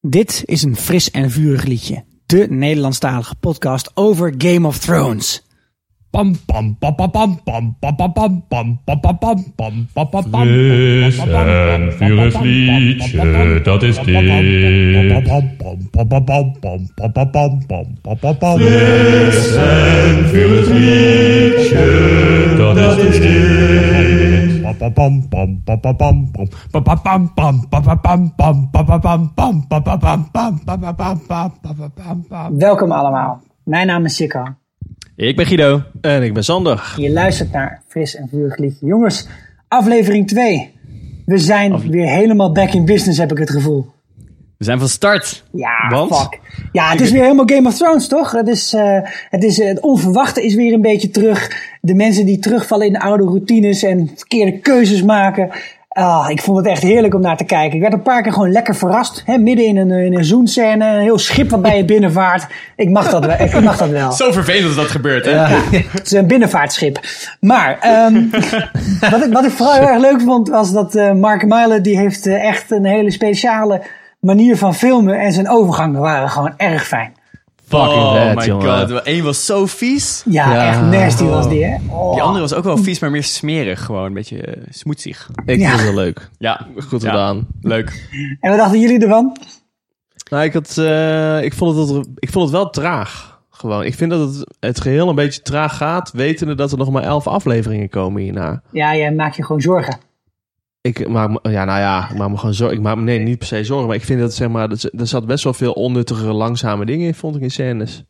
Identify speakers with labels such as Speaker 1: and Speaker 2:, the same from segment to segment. Speaker 1: Dit is een fris en vurig liedje. De Nederlandstalige podcast over Game of Thrones.
Speaker 2: Pam pam pam pam pam pam pam pam pam pam pam pam pam pam pam pam pam
Speaker 3: Fris en vurig liedje, dat is dit. Fris en vurig liedje, dat is dit.
Speaker 1: Welkom allemaal. Mijn naam is Sikko.
Speaker 4: Ik ben Guido.
Speaker 5: En ik ben Sander.
Speaker 1: Je luistert naar Fris en Vurig Liedje. Jongens, aflevering 2. We zijn weer helemaal back in business, heb ik het gevoel.
Speaker 4: We zijn van start.
Speaker 1: Ja,
Speaker 4: Want?
Speaker 1: fuck. Ja, het is weer helemaal Game of Thrones, toch? Het, is, eh, het, is, eh, het onverwachte is weer een beetje terug. De mensen die terugvallen in oude routines en verkeerde keuzes maken. Ah, ik vond het echt heerlijk om naar te kijken. Ik werd een paar keer gewoon lekker verrast. Hè? Midden in een, eh, in een zoenscène, een heel schip wat bij je binnenvaart. Ik mag dat wel. Ik mag dat wel.
Speaker 4: Zo vervelend als dat gebeurt, hè?
Speaker 1: Het is een binnenvaartschip. Maar ehm, wat, ik, wat ik vooral heel erg leuk vond was dat eh, Mark Meilen die heeft eh, echt een hele speciale manier van filmen en zijn overgangen waren gewoon erg fijn.
Speaker 5: Fucking
Speaker 4: Oh
Speaker 5: vet,
Speaker 4: my
Speaker 5: jongen.
Speaker 4: god. Eén was zo vies.
Speaker 1: Ja,
Speaker 5: Ja.
Speaker 1: echt nasty was die hè. Oh.
Speaker 4: Die andere was ook wel vies, maar meer smerig. Gewoon een beetje eh, smoetsig.
Speaker 5: Ik
Speaker 1: Ja.
Speaker 5: vond het wel leuk.
Speaker 4: Ja.
Speaker 5: Goed
Speaker 4: Ja.
Speaker 5: gedaan.
Speaker 4: Leuk.
Speaker 1: En wat dachten jullie ervan?
Speaker 5: Nou, ik, had, eh, ik, vond het, dat er- ik vond het wel traag. Gewoon. Ik vind dat het, het geheel een beetje traag gaat, wetende dat er nog maar elf afleveringen komen hierna.
Speaker 1: Ja, jij maakt je gewoon zorgen.
Speaker 5: Ik maak me, ja, nou ja, ik maak me gewoon zorgen. Ik maak me, nee, niet per se zorgen, maar ik vind dat, zeg maar, dat ze- er zat best wel veel onnuttige, langzame dingen in, vond ik, in scènes.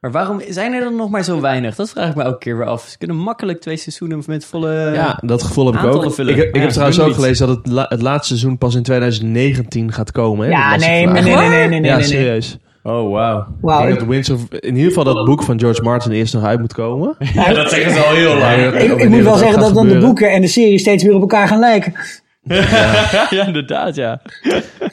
Speaker 4: Maar waarom zijn er dan nog maar zo weinig? Dat vraag ik me elke keer weer af. Ze kunnen makkelijk twee seizoenen met volle...
Speaker 5: Ja, dat gevoel heb ik
Speaker 4: aantallen
Speaker 5: ook. Ik,
Speaker 4: vullen.
Speaker 5: heb- ik
Speaker 4: Ja,
Speaker 5: heb trouwens
Speaker 4: doen
Speaker 5: ook
Speaker 4: niet.
Speaker 5: gelezen dat het, la- het laatste seizoen pas in 2019 gaat komen. Hè? Dat
Speaker 1: ja,
Speaker 5: las ik
Speaker 1: nee,
Speaker 5: vandaag.
Speaker 1: nee, nee, nee, nee, nee,
Speaker 5: ja,
Speaker 1: nee, nee.
Speaker 5: serieus.
Speaker 4: Oh, wauw.
Speaker 1: Wauw,
Speaker 5: Ik
Speaker 1: ik,
Speaker 5: denk dat Windsor, in ieder geval dat boek van George Martin eerst nog uit moet komen.
Speaker 4: Ja, dat zeggen ze al heel lang.
Speaker 1: ik- ik moet wel zeggen dat dan de boeken en de serie steeds weer op elkaar gaan lijken.
Speaker 4: Ja, inderdaad, ja.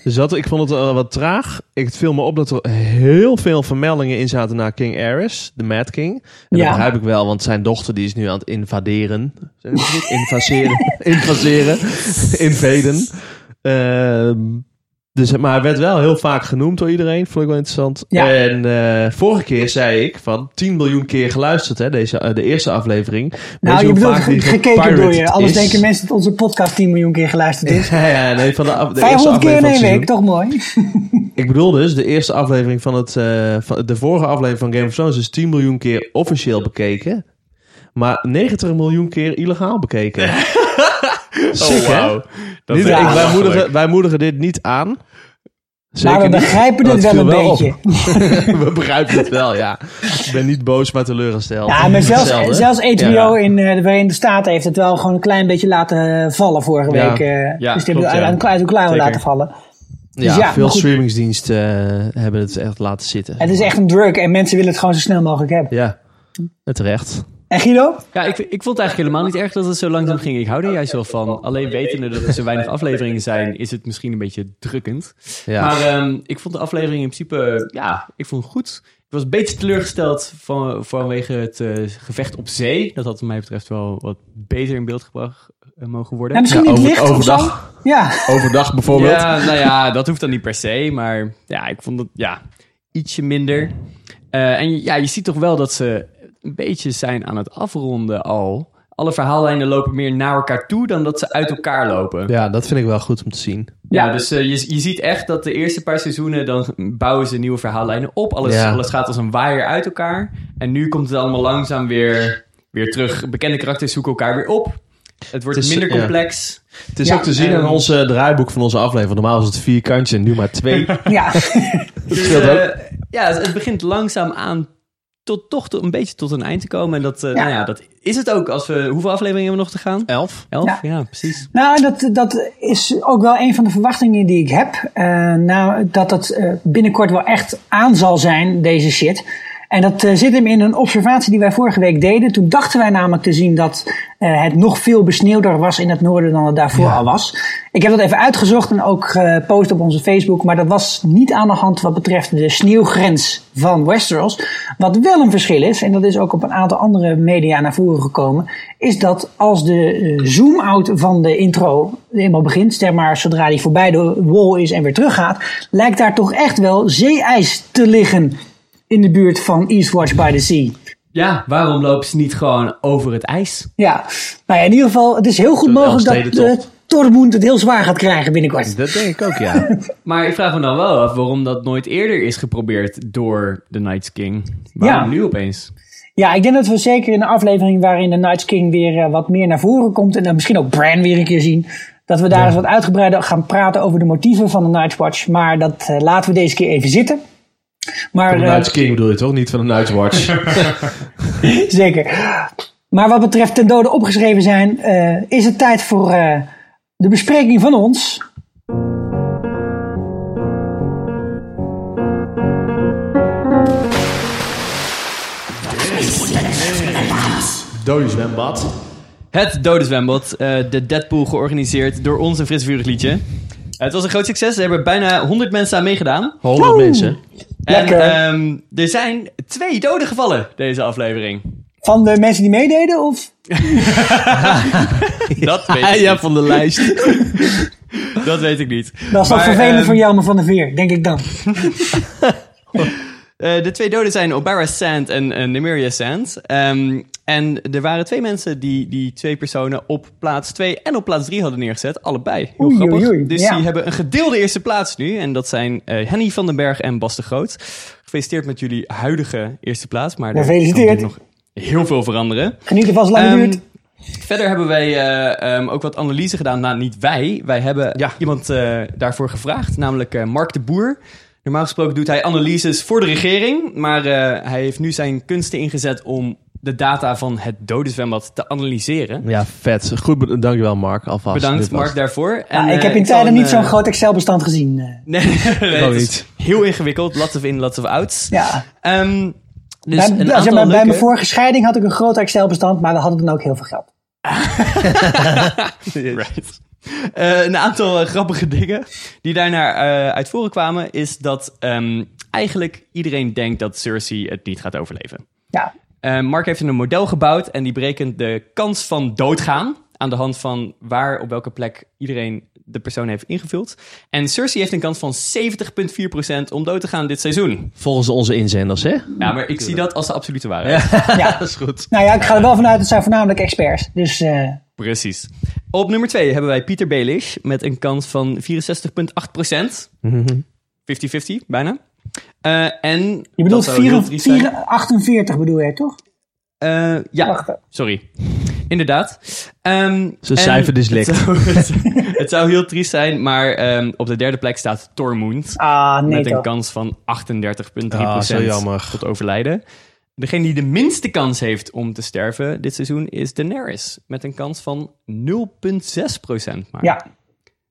Speaker 5: Dus dat, ik vond het eh, wat traag. Ik, het viel me op dat er heel veel vermeldingen in zaten naar King Aerys, de Mad King. En
Speaker 1: Ja.
Speaker 5: dat begrijp ik wel, want zijn dochter die is nu aan het invaderen. Zeg ik het goed? Invaseren. invaseren. Invaden. Ehm, dus, maar hij werd wel heel vaak genoemd door iedereen. Vond ik wel interessant.
Speaker 1: Ja.
Speaker 5: En eh, vorige keer zei ik van 10 miljoen keer geluisterd, hè, deze, eh, de eerste aflevering. Weet
Speaker 1: Nou, je
Speaker 5: hoe
Speaker 1: bedoelt
Speaker 5: vaak die
Speaker 1: gekeken door je.
Speaker 5: gepirated
Speaker 1: Anders
Speaker 5: is?
Speaker 1: denken mensen dat onze podcast 10 miljoen keer geluisterd is.
Speaker 5: Ja, ja, nee, van de, af- de eerste
Speaker 1: 500
Speaker 5: aflevering
Speaker 1: keer in
Speaker 5: van het
Speaker 1: één
Speaker 5: seizoen.
Speaker 1: week, toch mooi?
Speaker 5: Ik bedoel dus, de eerste aflevering van het. eh, van de vorige aflevering van Game of Thrones is 10 miljoen keer officieel bekeken. Maar 90 miljoen keer illegaal bekeken. Sick, hè?
Speaker 4: Oh, wauw. Dat
Speaker 5: Niet-
Speaker 4: is echt
Speaker 5: ik- wij,
Speaker 4: belachelijk.
Speaker 5: moedigen, wij moedigen dit niet aan. Zeker
Speaker 1: Maar we
Speaker 5: niet.
Speaker 1: begrijpen
Speaker 5: Dat
Speaker 1: het wel
Speaker 5: viel
Speaker 1: een
Speaker 5: wel
Speaker 1: beetje.
Speaker 5: we begrijpen het wel, ja. Ik ben niet boos, maar teleurgesteld.
Speaker 1: Ja, maar
Speaker 5: Hetzelfde.
Speaker 1: zelfs, zelfs HBO
Speaker 5: Ja.
Speaker 1: in eh, de Verenigde Staten heeft het wel gewoon een klein beetje laten vallen vorige
Speaker 5: Ja.
Speaker 1: week. eh.
Speaker 4: Ja,
Speaker 1: dus die
Speaker 4: klopt,
Speaker 1: hebben het
Speaker 4: ja.
Speaker 1: uit, uit elkaar
Speaker 4: Zeker.
Speaker 1: laten vallen.
Speaker 5: Ja,
Speaker 1: ja,
Speaker 5: veel
Speaker 1: maar goed.
Speaker 5: streamingsdiensten eh, hebben het echt laten zitten.
Speaker 1: Het is echt een drug en mensen willen het gewoon zo snel mogelijk hebben.
Speaker 5: Ja, en terecht.
Speaker 1: En Guido?
Speaker 4: Ja, ik, ik vond het eigenlijk helemaal niet erg dat het zo langzaam ging. Ik hou er juist wel van. Alleen wetende dat er zo weinig afleveringen zijn, is het misschien een beetje drukkend.
Speaker 5: Ja.
Speaker 4: Maar ehm, ik vond de aflevering in principe, ja, ik vond het goed. Ik was een beetje teleurgesteld van, vanwege het eh, gevecht op zee. Dat had wat mij betreft wel wat beter in beeld gebracht eh, mogen worden.
Speaker 1: En misschien
Speaker 5: Ja,
Speaker 1: niet
Speaker 5: over-
Speaker 1: licht of zo?
Speaker 5: overdag.
Speaker 1: Ja.
Speaker 5: Overdag bijvoorbeeld.
Speaker 4: Ja, nou ja, dat hoeft dan niet per se. Maar ja, ik vond het ja, ietsje minder. Eh, en ja, je ziet toch wel dat ze een beetje zijn aan het afronden al. Alle verhaallijnen lopen meer naar elkaar toe dan dat ze uit elkaar lopen. Ja,
Speaker 5: Ja, dat vind ik wel goed om te zien.
Speaker 4: dus eh, je, je ziet echt dat de eerste paar seizoenen... dan bouwen ze nieuwe verhaallijnen op. Alles,
Speaker 5: Ja.
Speaker 4: alles gaat als een waaier uit elkaar. En nu komt het allemaal langzaam weer, weer terug. Bekende karakters zoeken elkaar weer op. Het wordt
Speaker 5: Het is,
Speaker 4: minder
Speaker 5: ja.
Speaker 4: complex.
Speaker 5: Het is
Speaker 1: Ja,
Speaker 5: ook te zien
Speaker 4: en-
Speaker 5: aan ons eh, draaiboek van onze aflevering. Normaal is het vier kantjes en nu maar twee. dat
Speaker 1: ja.
Speaker 4: Dus,
Speaker 5: scheelt ook.
Speaker 4: eh, ja, het het begint langzaam aan tot, toch tot- een beetje tot een eind te komen. En dat, eh,
Speaker 1: Ja.
Speaker 4: Nou ja, dat is het ook. Als we, hoeveel afleveringen hebben we nog te gaan?
Speaker 5: Elf.
Speaker 4: Elf?
Speaker 1: Ja.
Speaker 4: Ja, precies.
Speaker 1: Nou, en dat, dat is ook wel een van de verwachtingen die ik heb. Eh, nou, dat het eh, binnenkort wel echt aan zal zijn, deze shit. En dat eh, zit hem in een observatie die wij vorige week deden. Toen dachten wij namelijk te zien dat eh, het nog veel besneeuwder was in het noorden dan het daarvoor al was. Ik heb dat even uitgezocht en ook eh, gepost op onze Facebook. Maar dat was niet aan de hand wat betreft de sneeuwgrens van Westeros. Wat wel een verschil is, en dat is ook op een aantal andere media naar voren gekomen, is dat als de eh, zoom-out van de intro eenmaal begint, zeg maar zodra die voorbij de wall is en weer teruggaat, lijkt daar toch echt wel zeeijs te liggen in de buurt van Eastwatch by the Sea.
Speaker 4: Ja, waarom lopen ze niet gewoon over het ijs?
Speaker 1: Ja, nou ja, in ieder geval, het is heel goed mogelijk dat
Speaker 5: Elfstedentocht.
Speaker 1: eh, Tormund het heel zwaar gaat krijgen binnenkort.
Speaker 5: Dat denk ik ook, ja.
Speaker 4: Maar ik vraag me dan wel af waarom dat nooit eerder is geprobeerd door de Night's King. Waarom
Speaker 1: Ja.
Speaker 4: nu opeens?
Speaker 1: Ja, ik denk dat we zeker in een aflevering waarin de Night's King weer eh, wat meer naar voren komt en dan misschien ook Bran weer een keer zien, dat we daar eens wat uitgebreider gaan praten over de motieven van de Night's Watch. Maar dat eh, laten we deze keer even zitten. Maar,
Speaker 5: Van de
Speaker 1: eh,
Speaker 5: Night's King bedoel je toch? Niet van de Night's Watch.
Speaker 1: Zeker. Maar wat betreft ten dode opgeschreven zijn, eh, is het tijd voor eh, de bespreking van ons.
Speaker 5: Dode zwembad.
Speaker 4: Het dode zwembad, eh, de Deadpool georganiseerd door ons een fris vurig liedje. Het was een groot succes, er hebben bijna 100 mensen aan meegedaan.
Speaker 5: 100 mensen.
Speaker 1: Lekker.
Speaker 4: En ehm, er zijn twee doden gevallen deze aflevering.
Speaker 1: Van de mensen die meededen? Of?
Speaker 4: Dat, weet
Speaker 5: Ah,
Speaker 4: ik,
Speaker 5: ja, van de lijst.
Speaker 4: dat weet ik niet.
Speaker 1: Dat is toch
Speaker 4: Maar,
Speaker 1: vervelend
Speaker 4: ehm,
Speaker 1: voor Jelmer van der Veer, denk ik dan.
Speaker 4: eh, de twee doden zijn Obara Sand en eh, Nymeria Sand. Ehm, en er waren twee mensen die die twee personen op plaats 2 en op plaats 3 hadden neergezet. Allebei. Heel
Speaker 1: Oei, oei,
Speaker 4: grappig.
Speaker 1: oei,
Speaker 4: Dus
Speaker 1: ja.
Speaker 4: die hebben een gedeelde eerste plaats nu. En dat zijn eh, Henny van den Berg en Bas de Groot. Gefeliciteerd met jullie huidige eerste plaats. Maar er
Speaker 1: Gefeliciteerd.
Speaker 4: kan natuurlijk nog heel veel veranderen.
Speaker 1: Geniet er vast lang
Speaker 4: Ehm,
Speaker 1: duurt.
Speaker 4: Verder hebben wij eh, ehm, ook wat analyse gedaan. Nou, niet wij. Wij hebben iemand eh, daarvoor gevraagd, namelijk eh, Mark de Boer. Normaal gesproken doet hij analyses voor de regering. Maar eh, hij heeft nu zijn kunsten ingezet om de data van het dode zwembad te analyseren.
Speaker 5: Ja, vet. Goed, be- dankjewel Mark. Alvast.
Speaker 4: Bedankt
Speaker 5: Dit was-
Speaker 4: Mark daarvoor. En,
Speaker 1: Ja, Ah, ik
Speaker 4: eh,
Speaker 1: heb in
Speaker 4: zal
Speaker 1: tijden
Speaker 4: een,
Speaker 1: niet zo'n
Speaker 4: eh,
Speaker 1: groot Excel-bestand gezien. eh.
Speaker 4: Nee, nee,
Speaker 5: ook
Speaker 4: het is
Speaker 5: niet.
Speaker 4: heel ingewikkeld. Lots of in, lots of outs.
Speaker 1: Ja.
Speaker 4: Ehm, dus
Speaker 1: bij, bij-
Speaker 4: een aantal
Speaker 1: zeg maar, bij
Speaker 4: leuke-
Speaker 1: mijn vorige scheiding had ik een groot Excel-bestand, maar we hadden dan ook heel veel geld.
Speaker 4: Right. Eh, een aantal eh, grappige dingen die daarna eh, uit voren kwamen, is dat ehm, eigenlijk iedereen denkt dat Cersei het niet gaat overleven.
Speaker 1: Ja,
Speaker 4: Eh, Mark heeft een model gebouwd en die berekent de kans van doodgaan aan de hand van waar op welke plek iedereen de persoon heeft ingevuld. En Cersei heeft een kans van 70,4% om dood te gaan dit seizoen.
Speaker 5: Volgens onze inzenders, hè?
Speaker 4: Ja, maar ik zie dat als de absolute waarheid.
Speaker 1: ja.
Speaker 5: is goed.
Speaker 1: nou ja, ik ga er wel vanuit, het zijn voornamelijk experts. Dus eh,
Speaker 4: Precies. Op nummer 2 hebben wij Pieter Baelish met een kans van 64,8%. 50-50, bijna. Eh, en
Speaker 1: je bedoelt
Speaker 4: dat zou heel triest zijn.
Speaker 1: 44, 48 bedoel je, toch?
Speaker 4: Eh, ja,
Speaker 1: Wacht.
Speaker 4: sorry. Inderdaad. Ehm,
Speaker 5: Zijn
Speaker 4: en
Speaker 5: cijferdyslex.
Speaker 4: Het zou, het, zou- het zou heel triest zijn, maar ehm, op de derde plek staat Tormund.
Speaker 1: Ah, nee
Speaker 4: met een
Speaker 1: toch.
Speaker 4: kans van 38,3%
Speaker 5: Ah, zo jammer.
Speaker 4: tot overlijden. Degene die de minste kans heeft om te sterven dit seizoen is Daenerys. Met een kans van 0,6% maar.
Speaker 1: Ja,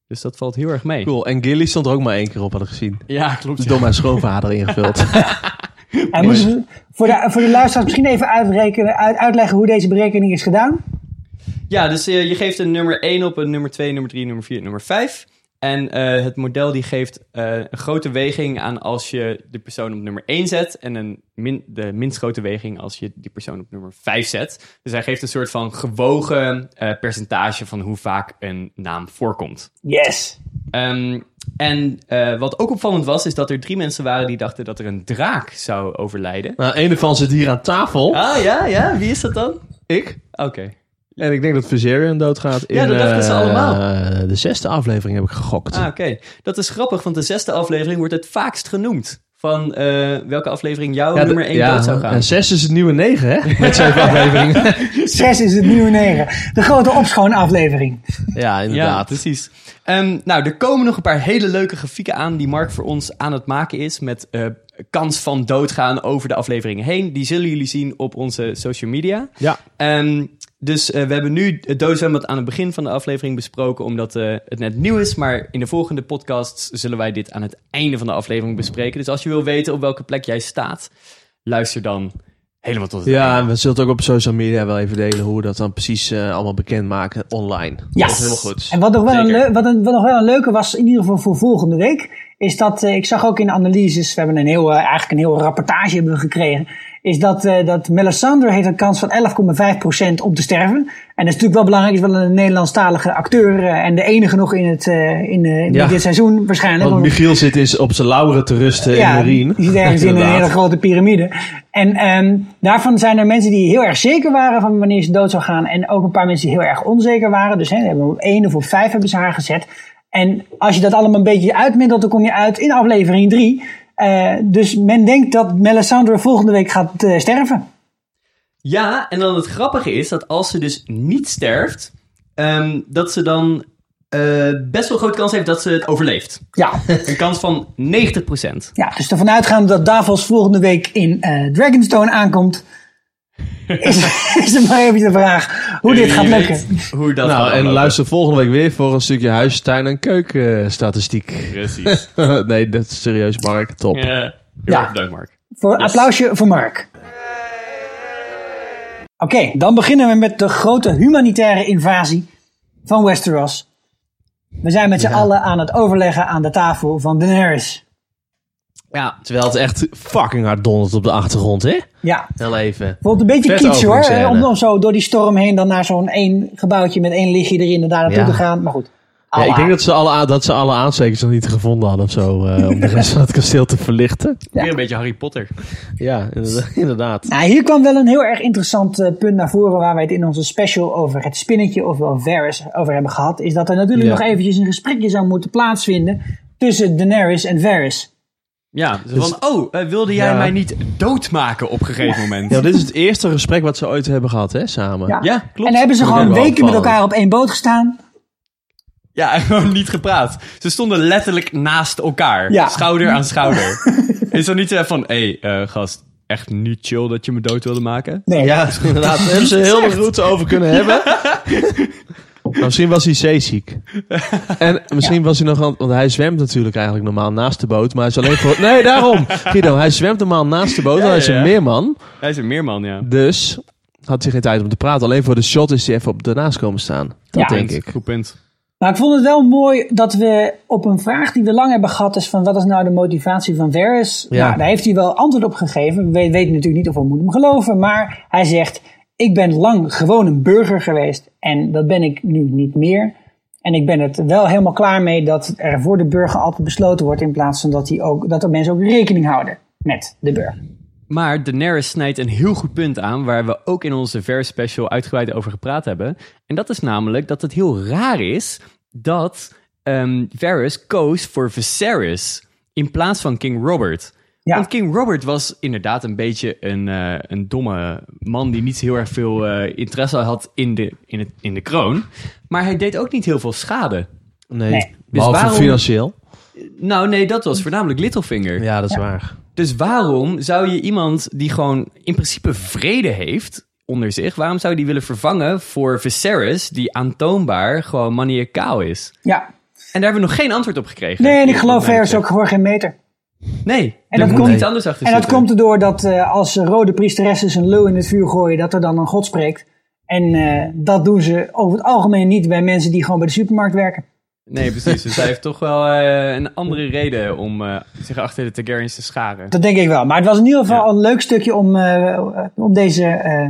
Speaker 4: Dus dat valt heel erg mee.
Speaker 5: Cool. En Gilly stond er ook maar één keer op, had ik gezien.
Speaker 4: Ja, klopt.
Speaker 5: Dus door mijn schoonvader ingevuld.
Speaker 1: En moeten we voor de, voor de luisteraars misschien even uitrekenen, uit, uitleggen hoe deze berekening is gedaan?
Speaker 4: Ja, dus eh, je geeft een nummer 1 op, een nummer 2, nummer 3, nummer 4, nummer 5. En eh, het model die geeft eh, een grote weging aan als je de persoon op nummer 1 zet. En een min, de minst grote weging als je die persoon op nummer 5 zet. Dus hij geeft een soort van gewogen eh, percentage van hoe vaak een naam voorkomt.
Speaker 1: Yes.
Speaker 4: Ehm, en eh, wat ook opvallend was, is dat er drie mensen waren die dachten dat er een draak zou overlijden.
Speaker 5: nou, een ervan zit hier aan tafel.
Speaker 4: Ah ja, ja, wie is dat dan?
Speaker 5: Ik.
Speaker 4: Oké.
Speaker 5: En ik denk dat Viserion doodgaat in
Speaker 4: Ja, dat dachten ze
Speaker 5: eh,
Speaker 4: allemaal.
Speaker 5: de zesde aflevering heb ik gegokt.
Speaker 4: Ah, oké. Dat is grappig, want de zesde aflevering wordt het vaakst genoemd. Van eh, welke aflevering jouw
Speaker 5: Ja,
Speaker 4: nummer
Speaker 5: de-
Speaker 4: 1
Speaker 5: ja,
Speaker 4: dood zou gaan.
Speaker 5: En zes is het nieuwe negen, hè? Met zeven afleveringen.
Speaker 1: 6 is het nieuwe 9. De grote opschoonaflevering.
Speaker 5: Ja,
Speaker 4: Ja,
Speaker 5: inderdaad.
Speaker 4: precies. Ehm, nou, er komen nog een paar hele leuke grafieken aan die Mark voor ons aan het maken is. Met eh, kans van doodgaan over de afleveringen heen. Die zullen jullie zien op onze social media.
Speaker 5: Ja.
Speaker 4: Ehm, dus eh, we hebben nu het doodzwembad aan het begin van de aflevering besproken, omdat eh, het net nieuw is. Maar in de volgende podcasts zullen wij dit aan het einde van de aflevering bespreken. Dus als je wil weten op welke plek jij staat, luister dan helemaal
Speaker 1: dus-
Speaker 4: tot het
Speaker 5: Ja,
Speaker 4: einde.
Speaker 5: en we zullen het ook op social media wel even delen hoe we dat dan precies eh, allemaal bekendmaken online.
Speaker 1: Ja.
Speaker 5: Dat is helemaal goed.
Speaker 1: En wat nog, wel een
Speaker 4: Zeker.
Speaker 1: leu- wat, een- wat nog wel een leuke was, in ieder geval voor volgende week, is dat, eh, ik zag ook in de analyses, we hebben een heel, eh, eigenlijk een heel rapportage hebben we gekregen, is dat, eh, dat Melisandre heeft een kans van 11,5% om te sterven. En dat is natuurlijk wel belangrijk, is wel een Nederlandstalige acteur eh, en de enige nog in, het, eh, in, eh, in
Speaker 5: Ja.
Speaker 1: dit seizoen waarschijnlijk.
Speaker 5: Want
Speaker 1: want-
Speaker 5: Michiel zit is op zijn lauren te rusten in de Rijn.
Speaker 1: die zit ergens in een
Speaker 5: Inderdaad.
Speaker 1: hele grote piramide. En ehm, daarvan zijn er mensen die heel erg zeker waren van wanneer ze dood zou gaan. En ook een paar mensen die heel erg onzeker waren. Dus hè, die hebben op één of op vijf hebben ze haar gezet. En als je dat allemaal een beetje uitmiddelt, dan kom je uit in aflevering drie. Eh, dus men denkt dat Melisandre volgende week gaat eh, sterven.
Speaker 4: Ja, en dan het grappige is dat als ze dus niet sterft, ehm, dat ze dan eh, best wel grote kans heeft dat ze het overleeft.
Speaker 1: Ja,
Speaker 4: Een kans van 90%.
Speaker 1: ja dus ervan uitgaande dat Davos volgende week in eh, Dragonstone aankomt. Is, is het maar even de vraag hoe dit gaat
Speaker 4: Wie
Speaker 1: lukken.
Speaker 4: weet Hoe dat gaat
Speaker 5: Nou, en
Speaker 4: aflopen.
Speaker 5: luister volgende week weer voor een stukje huis, tuin en keukenstatistiek.
Speaker 4: Precies.
Speaker 5: nee, dat is serieus, Mark. Top.
Speaker 4: Eh, heel
Speaker 1: Ja.
Speaker 4: erg bedankt, Mark.
Speaker 1: Voor een
Speaker 4: Yes.
Speaker 1: applausje voor Mark. Oké, dan beginnen we met de grote humanitaire invasie van Westeros. We zijn met z'n allen aan het overleggen aan de tafel van Daenerys.
Speaker 4: Ja,
Speaker 5: Terwijl het echt fucking hard dondert op de achtergrond, hè?
Speaker 1: Ja,
Speaker 5: Heel even.
Speaker 1: vond het een beetje
Speaker 5: Vet
Speaker 1: kitsch hoor.
Speaker 5: openingsscène.
Speaker 1: eh, Om dan zo door die storm heen dan naar zo'n één gebouwtje met één lichtje erin en daar naartoe
Speaker 5: Ja.
Speaker 1: te gaan. Maar goed.
Speaker 5: Ja, ik
Speaker 1: Allah.
Speaker 5: denk dat ze, alle, a- dat ze alle aanstekers nog niet gevonden hadden of zo. eh, om de rest van het kasteel te verlichten.
Speaker 4: weer een beetje Harry Potter.
Speaker 5: Ja, inderda- inderdaad.
Speaker 1: Nou, hier kwam wel een heel erg interessant eh, punt naar voren waar wij het in onze special over het spinnetje, ofwel Varys, over hebben gehad. Is dat er natuurlijk
Speaker 5: Ja.
Speaker 1: nog eventjes een gesprekje zou moeten plaatsvinden tussen Daenerys en Varys.
Speaker 4: Ja, zo van, oh, eh, wilde jij
Speaker 5: Ja.
Speaker 4: mij niet doodmaken op een gegeven moment?
Speaker 5: Ja, dit is het eerste gesprek wat ze ooit hebben gehad, hè, samen.
Speaker 1: Ja.
Speaker 4: Ja, klopt.
Speaker 1: En dan hebben ze
Speaker 5: Dat
Speaker 1: gewoon
Speaker 5: is wel
Speaker 1: weken met
Speaker 5: opvallend.
Speaker 1: elkaar op één boot gestaan.
Speaker 4: Ja, en gewoon niet gepraat. Ze stonden letterlijk naast elkaar.
Speaker 1: Ja.
Speaker 4: Schouder aan schouder. Is dat niet eh, van, hé, hey, gast, echt niet chill dat je me dood wilde maken?
Speaker 1: Nee.
Speaker 5: Ja, inderdaad. Daar hebben ze heel de route over kunnen hebben. Maar misschien was hij zeeziek. En misschien was hij nog aan Want hij zwemt natuurlijk eigenlijk normaal naast de boot. Maar hij is alleen voor... Nee, daarom! Guido, hij zwemt normaal naast de boot. want hij is
Speaker 4: ja,
Speaker 5: een
Speaker 4: ja.
Speaker 5: meerman.
Speaker 4: Hij is een meerman, ja.
Speaker 5: Dus had hij geen tijd om te praten. Alleen voor de shot is hij even op daarnaast komen staan. Dat
Speaker 1: Ja.
Speaker 5: denk ik.
Speaker 4: Goed punt.
Speaker 1: Maar ik vond het wel mooi dat we op een vraag die we lang hebben gehad is van wat is nou de motivatie van Varys?
Speaker 5: Ja.
Speaker 1: Nou, daar heeft hij wel antwoord op gegeven. We weten natuurlijk niet of we moeten hem geloven. Maar hij zegt, ik ben lang gewoon een burger geweest en dat ben ik nu niet meer. En ik ben het wel helemaal klaar mee dat er voor de burger altijd besloten wordt in plaats van dat, die ook, dat er mensen ook rekening houden met de burger.
Speaker 4: Maar Daenerys snijdt een heel goed punt aan... waar we ook in onze Ver special uitgebreid over gepraat hebben. En dat is namelijk dat het heel raar is... dat ehm Varys koos voor Viserys... in plaats van King Robert.
Speaker 1: Ja.
Speaker 4: Want King Robert was inderdaad een beetje een, eh, een domme man... die niet heel erg veel eh, interesse had in de, in, het, in de kroon. Maar hij deed ook niet heel veel schade.
Speaker 5: Nee.
Speaker 1: Nee.
Speaker 5: Behalve
Speaker 4: Dus waarom-
Speaker 5: financieel.
Speaker 4: Nou nee, dat was voornamelijk Littlefinger.
Speaker 5: Ja, dat is waar.
Speaker 4: Dus waarom zou je iemand die gewoon in principe vrede heeft onder zich... waarom zou je die willen vervangen voor Viserys... die aantoonbaar gewoon maniacaal is?
Speaker 1: Ja,
Speaker 4: En daar hebben we nog geen antwoord op gekregen.
Speaker 1: nee, en ik geloof Varys ook gewoon geen meter.
Speaker 4: Nee,
Speaker 1: En
Speaker 4: er
Speaker 1: dat
Speaker 4: moet
Speaker 1: komt-
Speaker 4: iets anders achter
Speaker 1: En dat
Speaker 4: zitten.
Speaker 1: komt erdoor dat eh, als rode priesteresses een leeuw in het vuur gooien, dat er dan een god spreekt. En eh, dat doen ze over het algemeen niet bij mensen die gewoon bij de supermarkt werken.
Speaker 4: Nee, precies. Dus hij heeft toch wel eh, een andere reden om eh, zich achter de Targaryens te scharen.
Speaker 1: Dat denk ik wel. Maar het was in ieder geval een leuk stukje om, eh, om deze eh,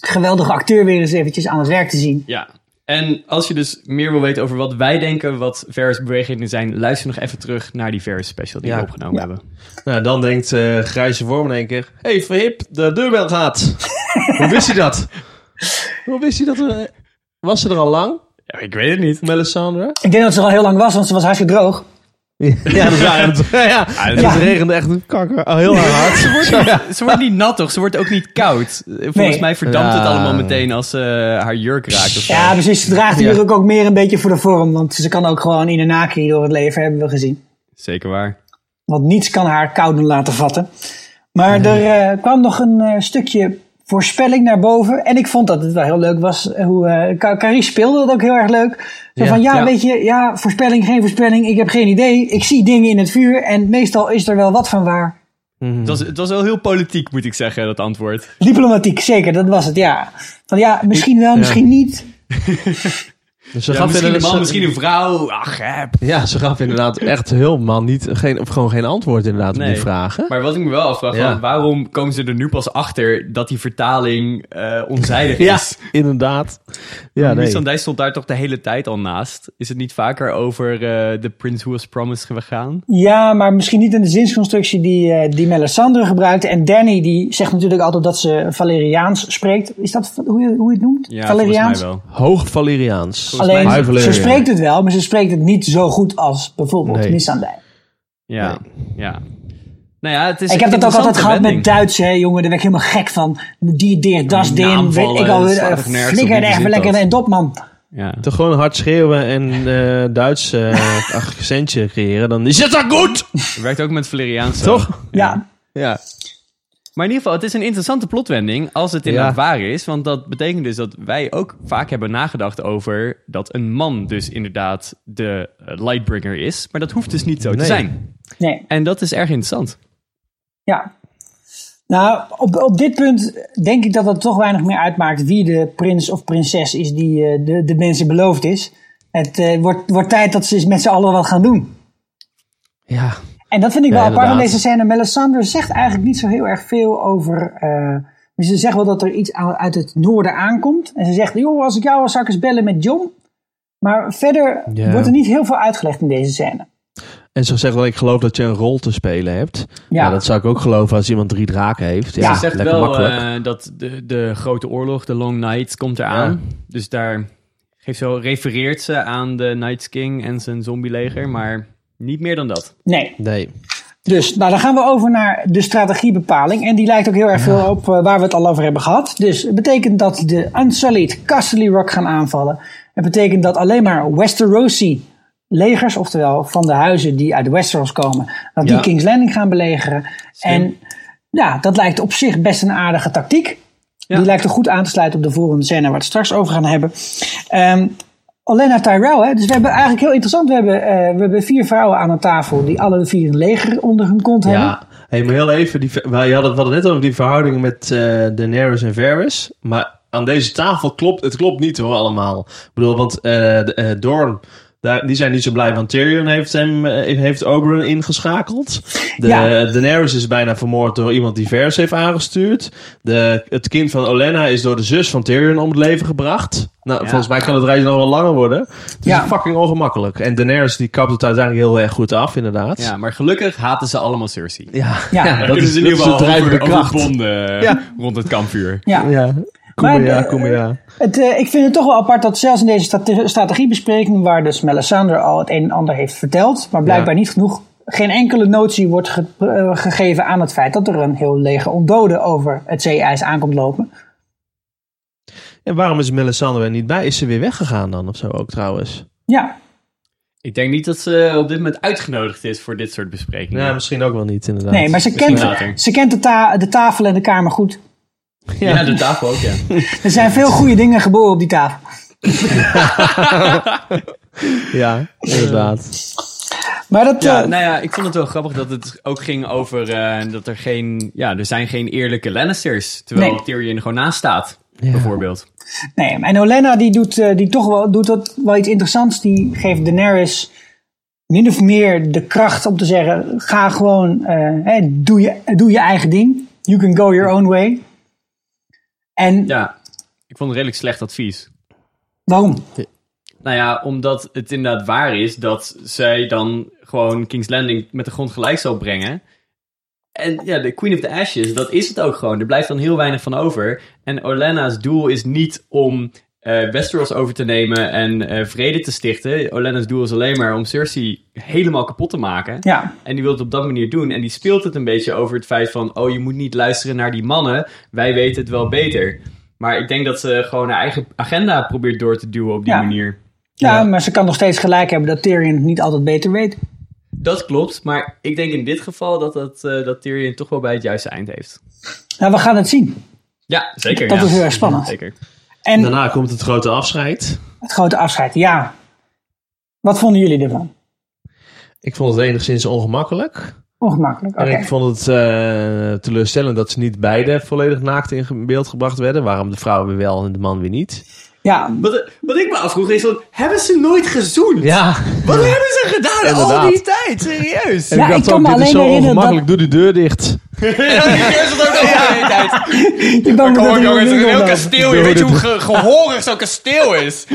Speaker 1: geweldige acteur weer eens eventjes aan het werk te zien.
Speaker 4: Ja. En als je dus meer wil weten over wat wij denken, wat Varys bewegingen zijn, luister nog even terug naar die Varys special die
Speaker 5: Ja.
Speaker 4: we opgenomen hebben.
Speaker 5: Nou, dan denkt eh, Grijze Worm in één keer... Hé, hey, verhip, de deurbel gaat. Hoe wist hij dat? Hoe wist hij dat? er- Was ze er al lang,
Speaker 4: Ja, ik weet het niet.
Speaker 5: Melisandre?
Speaker 1: Ik denk dat ze er al heel lang was, want ze was hartstikke droog.
Speaker 5: Ja, dat is waar. En het, ja, ja. En het
Speaker 1: Ja.
Speaker 5: regende echt een kakker. al heel hard.
Speaker 4: Ze wordt, niet, ze wordt niet nat, toch? Ze wordt ook niet koud. Eh, Volgens
Speaker 1: Nee.
Speaker 4: mij verdampt het
Speaker 5: Ja.
Speaker 4: allemaal meteen als ze haar jurk raakt. Of zo.
Speaker 1: Ja, precies. Ze draagt
Speaker 5: Ja.
Speaker 1: hier ook, ook meer een beetje voor de vorm, want ze kan ook gewoon in een naki door het leven, hebben we gezien.
Speaker 4: Zeker waar.
Speaker 1: Want niets kan haar kouden laten vatten. Maar er eh, kwam nog een eh, stukje voorspelling naar boven. En ik vond dat het wel heel leuk was. eh, Hoe, eh, Ka- Carrie speelde dat ook heel erg leuk. Zo
Speaker 5: Ja,
Speaker 1: van, ja,
Speaker 5: ja.
Speaker 1: weet je, ja, voorspelling, geen voorspelling. Ik heb geen idee. Ik zie dingen in het vuur. En meestal is er wel wat van waar.
Speaker 5: Mhm.
Speaker 4: Het, was, het was wel heel politiek, moet ik zeggen, dat antwoord.
Speaker 1: Diplomatiek, zeker, dat was het, ja. Van ja, misschien wel, misschien niet.
Speaker 5: Dus ze
Speaker 4: Ja,
Speaker 5: gaf
Speaker 4: misschien een
Speaker 5: inderdaad-
Speaker 4: man, misschien een vrouw. Ach, hè.
Speaker 5: Ja, ze gaf inderdaad echt helemaal niet, geen, of gewoon geen antwoord inderdaad op
Speaker 4: Nee.
Speaker 5: die vragen.
Speaker 4: Maar wat ik me wel afvraag,
Speaker 5: Ja.
Speaker 4: van, waarom komen ze er nu pas achter dat die vertaling eh, onzijdig is?
Speaker 5: Inderdaad. Ja,
Speaker 4: Mies
Speaker 5: nee.
Speaker 4: van Dijk stond daar toch de hele tijd al naast. Is het niet vaker over eh The Prince Who Was Promised gegaan?
Speaker 1: Ja, maar misschien niet in de zinsconstructie die, eh, die Melisandre gebruikte. En Danny, die zegt natuurlijk altijd dat ze Valeriaans spreekt. Is dat hoe je, hoe je het noemt?
Speaker 4: Ja,
Speaker 1: Valeriaans?
Speaker 4: volgens mij wel.
Speaker 5: Hoog Valeriaans.
Speaker 4: Volgens mij
Speaker 1: Alleen,
Speaker 5: High
Speaker 1: ze
Speaker 5: Valerian.
Speaker 1: spreekt het wel, maar ze spreekt het niet zo goed als bijvoorbeeld
Speaker 5: Nee.
Speaker 1: Missandei.
Speaker 4: Ja, ja. Nou ja, het is
Speaker 1: Ik
Speaker 4: een
Speaker 1: heb dat ook altijd
Speaker 4: interessante
Speaker 1: gehad met
Speaker 4: wending.
Speaker 1: Duits, hè, jongen. Daar werd ik helemaal gek van. Die, deer, das,
Speaker 4: die
Speaker 1: den. Weet
Speaker 4: naamvallen,
Speaker 1: ik al, eh,
Speaker 4: dat slaat toch nergens op,
Speaker 1: flikker
Speaker 4: wie
Speaker 1: er echt
Speaker 4: verzint
Speaker 1: lekker
Speaker 4: dat?
Speaker 1: in dop, man.
Speaker 4: Ja.
Speaker 5: Te gewoon hard schreeuwen en eh, Duits eh, accentje creëren, dan is het dan goed!
Speaker 4: Het werkt ook met Valeriaans. zo.
Speaker 5: Toch?
Speaker 1: Ja,
Speaker 5: Ja.
Speaker 4: Maar in ieder geval, het is een interessante plotwending als het inderdaad
Speaker 5: Ja.
Speaker 4: waar is. Want dat betekent dus dat wij ook vaak hebben nagedacht over dat een man dus inderdaad de eh, lightbringer is. Maar dat hoeft dus niet zo te
Speaker 5: Nee.
Speaker 4: zijn.
Speaker 1: nee,
Speaker 4: En dat is erg interessant.
Speaker 1: ja. Nou, op, op dit punt denk ik dat het toch weinig meer uitmaakt wie de prins of prinses is die eh, de, de mensen beloofd is. Het eh, wordt, wordt tijd dat ze eens met z'n allen wat gaan doen.
Speaker 5: Ja.
Speaker 1: En dat vind ik
Speaker 5: Ja,
Speaker 1: wel apart aan
Speaker 5: inderdaad.
Speaker 1: deze scène. Melisandre zegt eigenlijk niet zo heel erg veel over. eh, maar ze zegt wel dat er iets aan- uit het noorden aankomt. En ze zegt: Joh, als ik jou was, zou ik eens bellen met John. Maar verder
Speaker 5: Ja.
Speaker 1: wordt er niet heel veel uitgelegd in deze scène.
Speaker 5: En ze zegt dat ik geloof dat je een rol te spelen hebt. Ja.
Speaker 1: Ja.
Speaker 5: dat zou ik ook geloven als iemand drie draken heeft. Ja,
Speaker 1: Ja.
Speaker 4: Ze zegt
Speaker 5: Ah, lekker
Speaker 4: wel
Speaker 5: makkelijk.
Speaker 4: eh, dat de, de grote oorlog, de Long Night, komt eraan. Dus daar geeft ze, wel- refereert ze aan de Night's King en zijn zombieleger. Maar niet meer dan dat.
Speaker 1: Nee.
Speaker 5: Nee.
Speaker 1: Dus nou, dan gaan we over naar de strategiebepaling. En die lijkt ook heel erg veel op eh, waar we het al over hebben gehad. Dus het betekent dat de Unsullied Castle Rock gaan aanvallen. Het betekent dat alleen maar Westerosi legers, oftewel van de huizen die uit Westeros komen, dat die
Speaker 5: Ja.
Speaker 1: King's Landing gaan belegeren. En ja, dat lijkt op zich best een aardige tactiek. Die lijkt er goed aan te sluiten op de volgende scène waar we het straks over gaan hebben. Ehm Olenna Tyrell, hè? dus we hebben eigenlijk heel interessant. We hebben, eh, we hebben vier vrouwen aan een tafel die alle vier een leger onder hun kont hebben.
Speaker 5: Ja, hey, maar heel even. Die, ver- wij- je had het, we hadden het net over die verhouding met eh Daenerys en Varys. Maar aan deze tafel klopt het klopt niet hoor, allemaal. Ik bedoel, want eh de- eh, Dorne, daar, die zijn niet zo blij, want Tyrion heeft, hem, eh, heeft Oberyn ingeschakeld. De,
Speaker 1: Ja.
Speaker 5: Daenerys is bijna vermoord door iemand die Varys heeft aangestuurd. De, het kind van Olenna is door de zus van Tyrion om het leven gebracht. Nou, volgens mij kan het reis nog wel langer worden. Het is
Speaker 1: Ja.
Speaker 5: fucking ongemakkelijk. En Daenerys die kapt het uiteindelijk heel erg goed af, inderdaad.
Speaker 4: Ja, maar gelukkig haten ze allemaal Cersei.
Speaker 5: Ja,
Speaker 1: Ja. Daar
Speaker 5: dat is, dat is de drijvende kracht.
Speaker 4: bonden
Speaker 5: Ja.
Speaker 4: rond het kampvuur.
Speaker 1: Ja.
Speaker 5: Ja,
Speaker 1: Maar
Speaker 5: Kumbaya,
Speaker 1: de-
Speaker 5: Kumbaya.
Speaker 1: Het, eh, ik vind het toch wel apart dat zelfs in deze strate- strategiebespreking, waar dus Melisandre al het een en ander heeft verteld, maar blijkbaar niet genoeg, geen enkele notie wordt ge- eh, gegeven aan het feit dat er een heel leger ondoden over het zeeijs aankomt lopen.
Speaker 5: En waarom is Melisandre er niet bij? Is ze weer weggegaan dan of zo ook trouwens?
Speaker 1: Ja,
Speaker 4: Ik denk niet dat ze op dit moment uitgenodigd is voor dit soort besprekingen.
Speaker 5: Ja, misschien ook wel niet inderdaad.
Speaker 1: nee, maar ze
Speaker 4: misschien
Speaker 1: kent,
Speaker 4: later.
Speaker 1: ze kent de, ta- de tafel en de kamer goed.
Speaker 4: ja. de tafel ook, ja.
Speaker 1: Er zijn veel goede dingen geboren op die tafel.
Speaker 5: Ja, inderdaad.
Speaker 1: Maar dat,
Speaker 4: Ja,
Speaker 1: eh,
Speaker 4: nou ja, ik vond het wel grappig dat het ook ging over eh, dat er geen, ja, er zijn geen eerlijke Lannisters. Terwijl
Speaker 1: Nee.
Speaker 4: Tyrion er gewoon naast staat, bijvoorbeeld.
Speaker 1: Nee, en Olenna die doet, eh, die toch wel, doet dat wel iets interessants. Die geeft Daenerys min of meer de kracht om te zeggen: ga gewoon, eh, hè, doe, je, doe je eigen ding. You can go your own way. En
Speaker 4: Ja, ik vond het redelijk slecht advies.
Speaker 1: waarom?
Speaker 4: Nou ja, omdat het inderdaad waar is dat zij dan gewoon King's Landing met de grond gelijk zal brengen. En ja, de Queen of the Ashes, dat is het ook gewoon. Er blijft dan heel weinig van over. En Olenna's doel is niet om eh, Westeros over te nemen en eh, vrede te stichten. Olenna's doel is alleen maar om Cersei helemaal kapot te maken.
Speaker 1: Ja,
Speaker 4: En die wil het op dat manier doen. En die speelt het een beetje over het feit van... oh, je moet niet luisteren naar die mannen. Wij weten het wel beter. Maar ik denk dat ze gewoon haar eigen agenda probeert door te duwen op die
Speaker 1: Ja.
Speaker 4: manier.
Speaker 1: ja, maar ze kan nog steeds gelijk hebben dat Tyrion het niet altijd beter weet.
Speaker 4: Dat klopt, maar ik denk in dit geval dat, dat, eh, dat Tyrion toch wel bij het juiste eind heeft.
Speaker 1: Nou, we gaan het zien.
Speaker 4: Ja, zeker.
Speaker 1: Dat
Speaker 4: ja.
Speaker 1: is heel erg spannend.
Speaker 4: Zeker.
Speaker 1: En
Speaker 5: Daarna komt het grote afscheid.
Speaker 1: het grote afscheid, ja. Wat vonden jullie ervan?
Speaker 5: Ik vond het enigszins ongemakkelijk.
Speaker 1: Ongemakkelijk. Oké.
Speaker 5: En ik vond het eh, teleurstellend dat ze niet beide volledig naakt in ge- beeld gebracht werden. Waarom de vrouw weer wel en de man weer niet.
Speaker 1: Ja,
Speaker 4: Wat, eh, wat ik me afvroeg is, van, hebben ze nooit gezoend?
Speaker 5: Ja.
Speaker 4: Wat hebben ze gedaan
Speaker 5: Inderdaad.
Speaker 4: al die tijd? Serieus?
Speaker 5: En
Speaker 1: Ja,
Speaker 5: ik
Speaker 1: ik
Speaker 5: dacht
Speaker 1: kan
Speaker 5: ook,
Speaker 1: me
Speaker 5: dit is
Speaker 1: alleen
Speaker 5: zo
Speaker 1: herinneren
Speaker 5: ongemakkelijk. Doe die deur dicht.
Speaker 1: je bent
Speaker 4: Kom
Speaker 1: dat
Speaker 4: op
Speaker 1: er
Speaker 4: jongens,
Speaker 1: een
Speaker 4: er is een heel
Speaker 1: winkel
Speaker 4: kasteel. Je weet je hoe ge- gehorig zo'n kasteel is.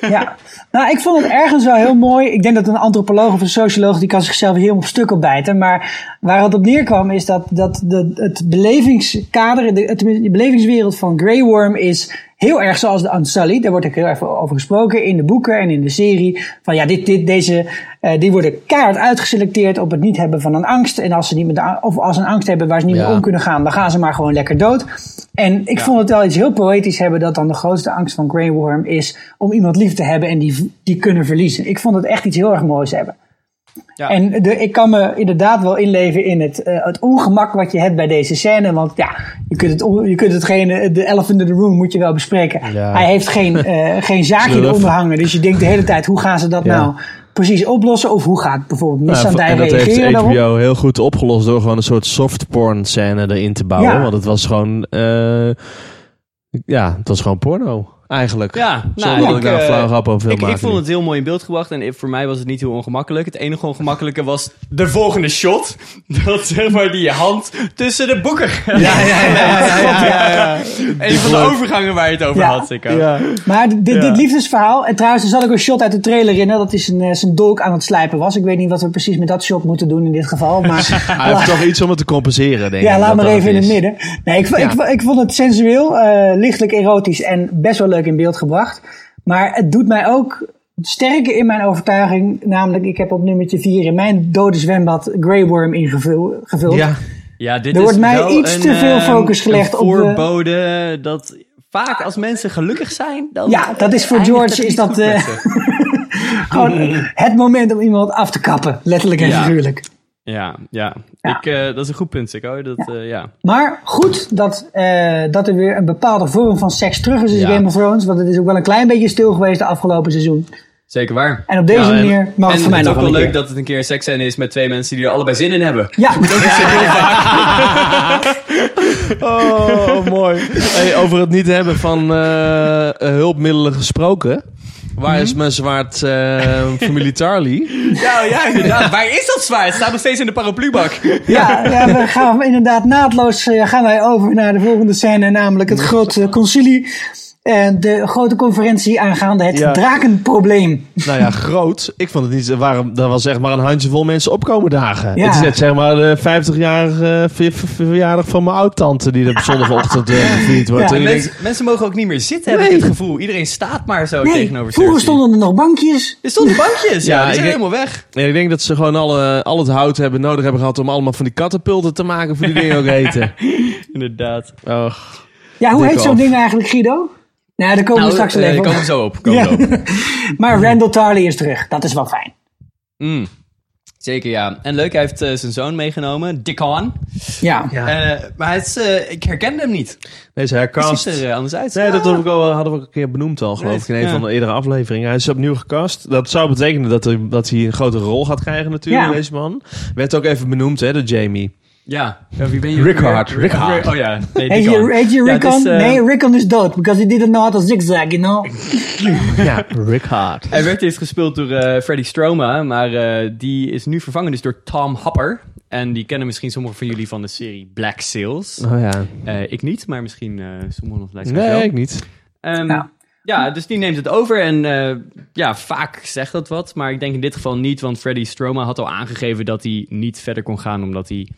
Speaker 1: Ja, nou, ik vond het ergens wel heel mooi. Ik denk dat een antropoloog of een socioloog die kan zichzelf helemaal op stuk opbijten. Maar waar het op neerkwam is dat, dat de, het belevingskader, de, tenminste, de belevingswereld van Grey Worm is heel erg zoals de Unsullied. Daar wordt ook heel erg over gesproken in de boeken en in de serie. Van ja, dit, dit, deze, eh, die worden keihard uitgeselecteerd op het niet hebben van een angst. En als ze niet met de, a- of als ze een angst hebben waar ze niet
Speaker 5: Ja.
Speaker 1: mee om kunnen gaan, dan gaan ze maar gewoon lekker dood. En ik vond het wel iets heel poëtisch hebben dat dan de grootste angst van Grey Worm is om iemand lief te hebben en die, die kunnen verliezen. Ik vond het echt iets heel erg moois hebben.
Speaker 4: Ja.
Speaker 1: En de, ik kan me inderdaad wel inleven in het, eh, het ongemak wat je hebt bij deze scène. Want ja, je kunt, het, on- je kunt hetgene, de elephant in the room moet je wel bespreken.
Speaker 5: Ja.
Speaker 1: Hij heeft geen, eh, geen zaakje
Speaker 5: Slurf.
Speaker 1: eronder hangen. Dus je denkt de hele tijd, hoe gaan ze dat
Speaker 5: Ja.
Speaker 1: nou precies oplossen? Of hoe gaat bijvoorbeeld
Speaker 5: Ja,
Speaker 1: Nissan
Speaker 5: Nou, en
Speaker 1: daar
Speaker 5: dat heeft
Speaker 1: reageren daarop?
Speaker 5: HBO heel goed opgelost door gewoon een soort softporn scène erin te bouwen.
Speaker 1: Ja.
Speaker 5: Want het was gewoon, eh, ja, het was gewoon porno eigenlijk.
Speaker 4: Ja,
Speaker 5: Zonder dat ik daar een
Speaker 4: eh,
Speaker 5: flauw grap over wil
Speaker 4: ik, ik
Speaker 5: maken
Speaker 4: vond
Speaker 5: nu.
Speaker 4: het heel mooi in beeld gebracht en ik- voor mij was het niet heel ongemakkelijk. Het enige ongemakkelijke was de volgende shot. Dat zeg maar die hand tussen de boeken. Ja, ja, ja. Een van de overgangen waar je het over
Speaker 1: Ja.
Speaker 4: had, Sikko.
Speaker 1: Maar dit, dit liefdesverhaal, en trouwens, er zat ook een shot uit de trailer in, hè, dat is een, eh, zijn dolk aan het slijpen was. Ik weet niet wat we precies met dat shot moeten doen in dit geval, maar
Speaker 5: Hij heeft toch iets om het te compenseren, denk ik.
Speaker 1: ja, laat
Speaker 5: dat
Speaker 1: maar
Speaker 5: dat
Speaker 1: even in
Speaker 5: is.
Speaker 1: het midden. Nee, ik, vo-
Speaker 5: Ja.
Speaker 1: ik, vo- ik vond het sensueel, eh, lichtelijk erotisch en best wel leuk in beeld gebracht. Maar het doet mij ook sterker in mijn overtuiging, namelijk ik heb op nummertje 4 in mijn dode zwembad Grey Worm ingevuld. gevuld.
Speaker 5: Ja,
Speaker 4: Ja, dit
Speaker 1: Er
Speaker 4: is
Speaker 1: wordt mij
Speaker 4: wel
Speaker 1: iets
Speaker 4: een,
Speaker 1: te veel
Speaker 4: ehm,
Speaker 1: focus gelegd
Speaker 4: een
Speaker 1: op de-
Speaker 4: voorbode dat vaak als mensen gelukkig zijn... Dan
Speaker 1: Ja, dat is voor
Speaker 4: eindigt
Speaker 1: George
Speaker 4: het
Speaker 1: is
Speaker 4: niet
Speaker 1: dat,
Speaker 4: goed met
Speaker 1: eh,
Speaker 4: ze.
Speaker 1: Gewoon eh, het moment om iemand af te kappen, letterlijk en
Speaker 4: Ja.
Speaker 1: figuurlijk.
Speaker 4: Ja, ja.
Speaker 1: Ja.
Speaker 4: Ik, eh, dat is een goed punt, Sikko. Dat, eh, ja.
Speaker 1: Maar goed dat, eh, dat er weer een bepaalde vorm van seks terug is in
Speaker 5: Ja.
Speaker 1: Game of Thrones. Want het is ook wel een klein beetje stil geweest de afgelopen seizoen.
Speaker 4: Zeker waar.
Speaker 1: En op deze
Speaker 5: Ja, en-
Speaker 1: manier mag
Speaker 4: en
Speaker 1: het voor mij
Speaker 4: het
Speaker 1: nog wel
Speaker 4: is ook wel
Speaker 1: een
Speaker 4: leuk
Speaker 1: keer.
Speaker 4: dat het een keer een seksscène is met twee mensen die er allebei zin in hebben.
Speaker 1: Ja,
Speaker 5: Oh, mooi. Hey, over het niet hebben van eh, eh, hulpmiddelen gesproken. Waar
Speaker 1: Mhm.
Speaker 5: is mijn zwaard eh, familie Tarly?
Speaker 4: Ja, ja, inderdaad. Waar is dat zwaar? Het staat nog steeds in de paraplubak.
Speaker 1: ja, ja, we gaan inderdaad naadloos eh, gaan wij over naar de volgende scène. Namelijk het grote concilie. En de grote conferentie aangaande het
Speaker 5: Ja.
Speaker 1: drakenprobleem.
Speaker 5: Nou ja, groot. Ik vond het niet... Waarom, daar was echt maar een handjevol mensen opkomen dagen.
Speaker 1: Ja.
Speaker 5: Het is net zeg maar de 50-jarige eh, ver- ver- verjaardag van mijn oud-tante... die er op zondagochtend eh, gevierd wordt.
Speaker 1: Ja.
Speaker 5: En ik denk,
Speaker 4: Mensen, mensen mogen ook niet meer zitten, heb ik het gevoel. Iedereen staat maar zo
Speaker 1: Nee,
Speaker 4: tegenover
Speaker 1: vroeger
Speaker 4: Cersei.
Speaker 1: stonden er nog bankjes.
Speaker 4: Er stonden bankjes, ja.
Speaker 5: Ja,
Speaker 4: die
Speaker 5: ik
Speaker 4: zijn
Speaker 5: denk-
Speaker 4: helemaal weg.
Speaker 5: Ja, ik denk dat ze gewoon alle, al het hout hebben nodig hebben gehad om allemaal van die kattenpulten te maken voor die dingen ook eten.
Speaker 4: Inderdaad.
Speaker 5: Och.
Speaker 1: Ja, hoe
Speaker 5: Dik
Speaker 1: heet zo'n
Speaker 5: af.
Speaker 1: ding eigenlijk, Guido? Nou, daar komen we straks wel
Speaker 4: eh,
Speaker 1: even
Speaker 4: komen we
Speaker 1: op.
Speaker 4: zo op. Komen
Speaker 1: Ja.
Speaker 4: we op.
Speaker 1: Maar Randall Tarly is terug. Dat is wel fijn.
Speaker 4: Mm. Zeker, ja. En leuk, hij heeft eh, zijn zoon meegenomen, Dickon.
Speaker 1: Ja.
Speaker 5: Ja.
Speaker 4: Eh, maar hij is, eh, ik herkende hem niet.
Speaker 5: Deze
Speaker 4: Hij
Speaker 5: hercast.
Speaker 4: ziet er eh, anders uit.
Speaker 5: Nee, dat
Speaker 4: Ah.
Speaker 5: heb ik al, eh, hadden we ook een keer benoemd al, geloof
Speaker 4: Nee,
Speaker 5: ik, in een
Speaker 4: ja.
Speaker 5: van de eerdere afleveringen. Hij is opnieuw gecast. Dat zou betekenen dat hij, dat hij een grotere rol gaat krijgen natuurlijk,
Speaker 1: Ja.
Speaker 5: deze man. Werd ook even benoemd, hè, door Jamie.
Speaker 4: Ja. ja wie ben je?
Speaker 5: Rickard,
Speaker 4: Rick- Rick-
Speaker 5: Rickard.
Speaker 4: Oh ja, nee,
Speaker 1: Heet
Speaker 4: Dickon.
Speaker 1: je, heet je
Speaker 4: Ja,
Speaker 1: Rickon?
Speaker 4: het is, eh,
Speaker 1: nee, Rickon is dood. Because he didn't know how to zigzag, you know?
Speaker 5: Ja, Rick Hart.
Speaker 4: Hij werd eerst gespeeld door eh, Freddy Stroma, maar eh, die is nu vervangen dus door Tom Hopper. En die kennen misschien sommigen van jullie van de serie Black Sails.
Speaker 5: Oh ja.
Speaker 4: Eh, ik niet, maar misschien eh, sommigen van luisteraars
Speaker 5: Nee,
Speaker 4: wel.
Speaker 5: ik niet.
Speaker 4: Ehm,
Speaker 1: Ja.
Speaker 4: ja. dus die neemt het over en eh, ja, vaak zegt dat wat. Maar ik denk in dit geval niet, want Freddy Stroma had al aangegeven dat hij niet verder kon gaan omdat hij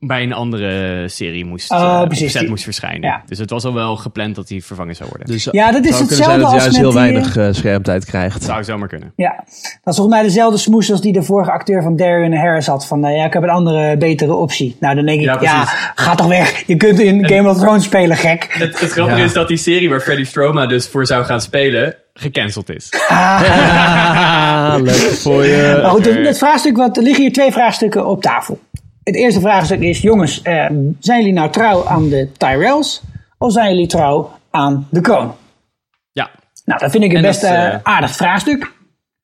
Speaker 4: bij een andere serie moest,
Speaker 1: Oh,
Speaker 4: eh, op
Speaker 1: precies.
Speaker 4: set
Speaker 1: Die-
Speaker 4: moest verschijnen.
Speaker 1: ja.
Speaker 4: Dus het was al wel gepland dat hij vervangen zou worden.
Speaker 5: Dus
Speaker 1: Ja, dat is
Speaker 5: zou kunnen
Speaker 1: hetzelfde
Speaker 5: zijn dat hij
Speaker 1: als
Speaker 5: juist
Speaker 1: met
Speaker 5: heel
Speaker 1: die-
Speaker 5: weinig eh, schermtijd krijgt.
Speaker 4: Zou zomaar kunnen.
Speaker 1: Ja, dat is volgens mij dezelfde smoes als die de vorige acteur van Darian Harris had. Van, eh, ja, ik heb een andere, betere optie. Nou, dan denk ik,
Speaker 4: Ja,
Speaker 1: ja,
Speaker 4: precies.
Speaker 1: ga toch weg. Je kunt in Game of Thrones spelen, gek.
Speaker 4: Het, het grappige is dat die serie waar Freddy Stroma dus voor zou gaan spelen, gecanceld is.
Speaker 5: Ah, leuk voor je.
Speaker 1: Maar goed, het, het vraagstuk, wat, er liggen hier twee vraagstukken op tafel. Het eerste vraagstuk is, jongens, eh, zijn jullie nou trouw aan de Tyrells? Of zijn jullie trouw aan de kroon?
Speaker 4: Ja.
Speaker 1: Nou, dat vind ik een
Speaker 4: En
Speaker 1: best
Speaker 4: dat,
Speaker 1: eh,
Speaker 4: eh,
Speaker 1: aardig vraagstuk.